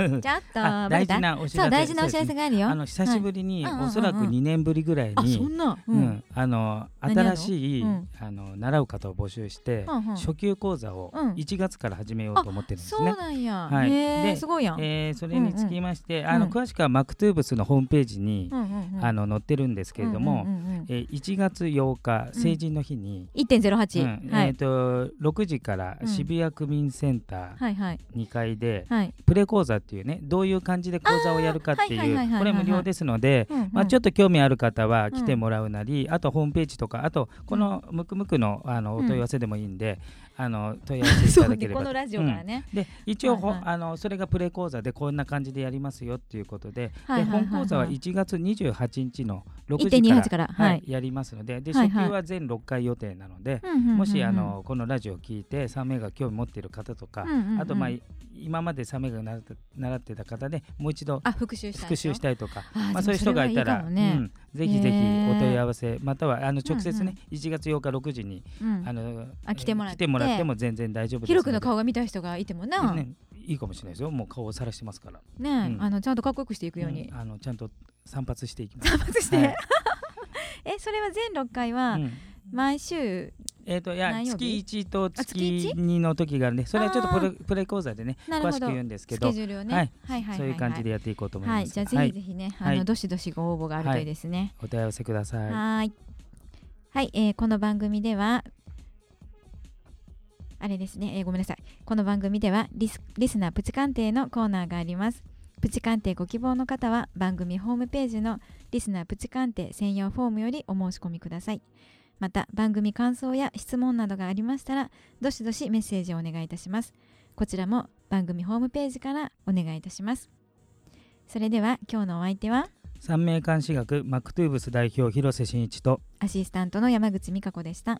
Speaker 1: と
Speaker 2: あ
Speaker 1: バレ
Speaker 2: 大
Speaker 1: た
Speaker 2: 事なお知
Speaker 1: そ
Speaker 2: らせ
Speaker 1: う大事なお知
Speaker 2: そう
Speaker 1: ら
Speaker 2: です
Speaker 1: せ
Speaker 2: ね
Speaker 1: があるよ
Speaker 2: あの久しぶりに、
Speaker 1: はいうんうんうんうん
Speaker 2: おそらく2年ぶりぐらいに、
Speaker 1: あそんなう、
Speaker 2: うんんあの
Speaker 1: 何やろ
Speaker 2: 新しい、
Speaker 1: うん
Speaker 2: あの習う方を募集して、
Speaker 1: うんうん
Speaker 2: 初級講座を
Speaker 1: うん
Speaker 2: 1月から始めようと思ってるんです
Speaker 1: そう
Speaker 2: ね。
Speaker 1: なんや、
Speaker 2: はい
Speaker 1: へえ
Speaker 2: です
Speaker 1: ごいやん、
Speaker 2: えーそれにつきまして、
Speaker 1: ん
Speaker 2: あの
Speaker 1: うん
Speaker 2: 詳しくはマクトゥーブスのホームページに、
Speaker 1: うんうんうん
Speaker 2: あの載ってるんですけれども、
Speaker 1: うんうんうんうん
Speaker 2: えー1月8日成人の日に、
Speaker 1: 1.08、
Speaker 2: うん
Speaker 1: はい
Speaker 2: えー、と6時から渋谷区民センター
Speaker 1: はいはい
Speaker 2: 2階で、
Speaker 1: はい、
Speaker 2: プレ講座っていうねどういう感じで講座をやるかって
Speaker 1: あーはいはいいはいはいはいう
Speaker 2: これ無料ですので、
Speaker 1: うんうん
Speaker 2: まあ、ちょ
Speaker 1: っ
Speaker 2: っと興味ある方は来てもらうなり、あとホームページとかあとこの「ムクムクの」あの
Speaker 1: うん
Speaker 2: お問い合わせでもいいんで、あの問い合わせいただければ
Speaker 1: この
Speaker 2: と。
Speaker 1: ラジオからね、
Speaker 2: で一応ほ、
Speaker 1: はいはい
Speaker 2: あのそれがプレ講座でこんな感じでやりますよっていうことで,、
Speaker 1: はいはいはいはい
Speaker 2: で本講座は1月28日の6時から
Speaker 1: 1.28から
Speaker 2: は
Speaker 1: はいい、
Speaker 2: やりますのでで
Speaker 1: は
Speaker 2: 初
Speaker 1: い
Speaker 2: 級
Speaker 1: はい
Speaker 2: は全6回予定なので、
Speaker 1: も
Speaker 2: もしあのこのラジオを聞いて3名が興味持っている方とか、あとまあい今まで3名が習って習ってた方でもう一度
Speaker 1: あ復習したい
Speaker 2: 復習したいとか
Speaker 1: あー
Speaker 2: ま
Speaker 1: で
Speaker 2: あ、そう
Speaker 1: も
Speaker 2: いう人がいたら
Speaker 1: それはいいかもね
Speaker 2: うん、ぜひぜひ
Speaker 1: へー
Speaker 2: お問い合わせまたはあの直接
Speaker 1: うんう
Speaker 2: ね、1月8日6時に、あの
Speaker 1: あ来てもらって
Speaker 2: ても全然大丈夫です
Speaker 1: ヒロ君の
Speaker 2: で
Speaker 1: 顔が見たい人がいてもなね
Speaker 2: ね、いいかもしれないですよもう顔をさらしてますからうん
Speaker 1: あのちゃんとかっこよくしていくように
Speaker 2: うんあのちゃんと散髪していきます
Speaker 1: 散髪 し
Speaker 2: は
Speaker 1: て
Speaker 2: い
Speaker 1: えそれは全6回は
Speaker 2: うん
Speaker 1: 毎週
Speaker 2: えっ、といや
Speaker 1: 何曜日
Speaker 2: 月一と
Speaker 1: あ月
Speaker 2: 月
Speaker 1: 一
Speaker 2: 二の時があるんでそれはちょっと
Speaker 1: あ
Speaker 2: プレ
Speaker 1: ー
Speaker 2: プレ講座でね
Speaker 1: なる
Speaker 2: 詳
Speaker 1: ほ
Speaker 2: しく
Speaker 1: ど
Speaker 2: 言うんですけ
Speaker 1: ス
Speaker 2: ど
Speaker 1: ケジュールを
Speaker 2: は
Speaker 1: ね
Speaker 2: い
Speaker 1: はいはいはいはい
Speaker 2: そういう感じでやっていこうと思い
Speaker 1: は
Speaker 2: ま
Speaker 1: い
Speaker 2: す
Speaker 1: じゃあぜひぜひねあ
Speaker 2: はい
Speaker 1: のどしどしご応募があるといいですね
Speaker 2: お問い合わせください
Speaker 1: はいはいえーこの番組ではあれですね、えーごめんなさいこの番組ではリスリスナープチ鑑定のコーナーがありますプチ鑑定ご希望の方は番組ホームページのリスナープチ鑑定専用フォームよりお申し込みくださいまた番組感想や質問などがありましたらどしどしメッセージをお願いいたしますこちらも番組ホームページからお願いいたしますそれでは今日のお相手は
Speaker 2: 三名監視学マクトゥーブス代表広瀬真一と
Speaker 1: アシスタントの山口美香子でした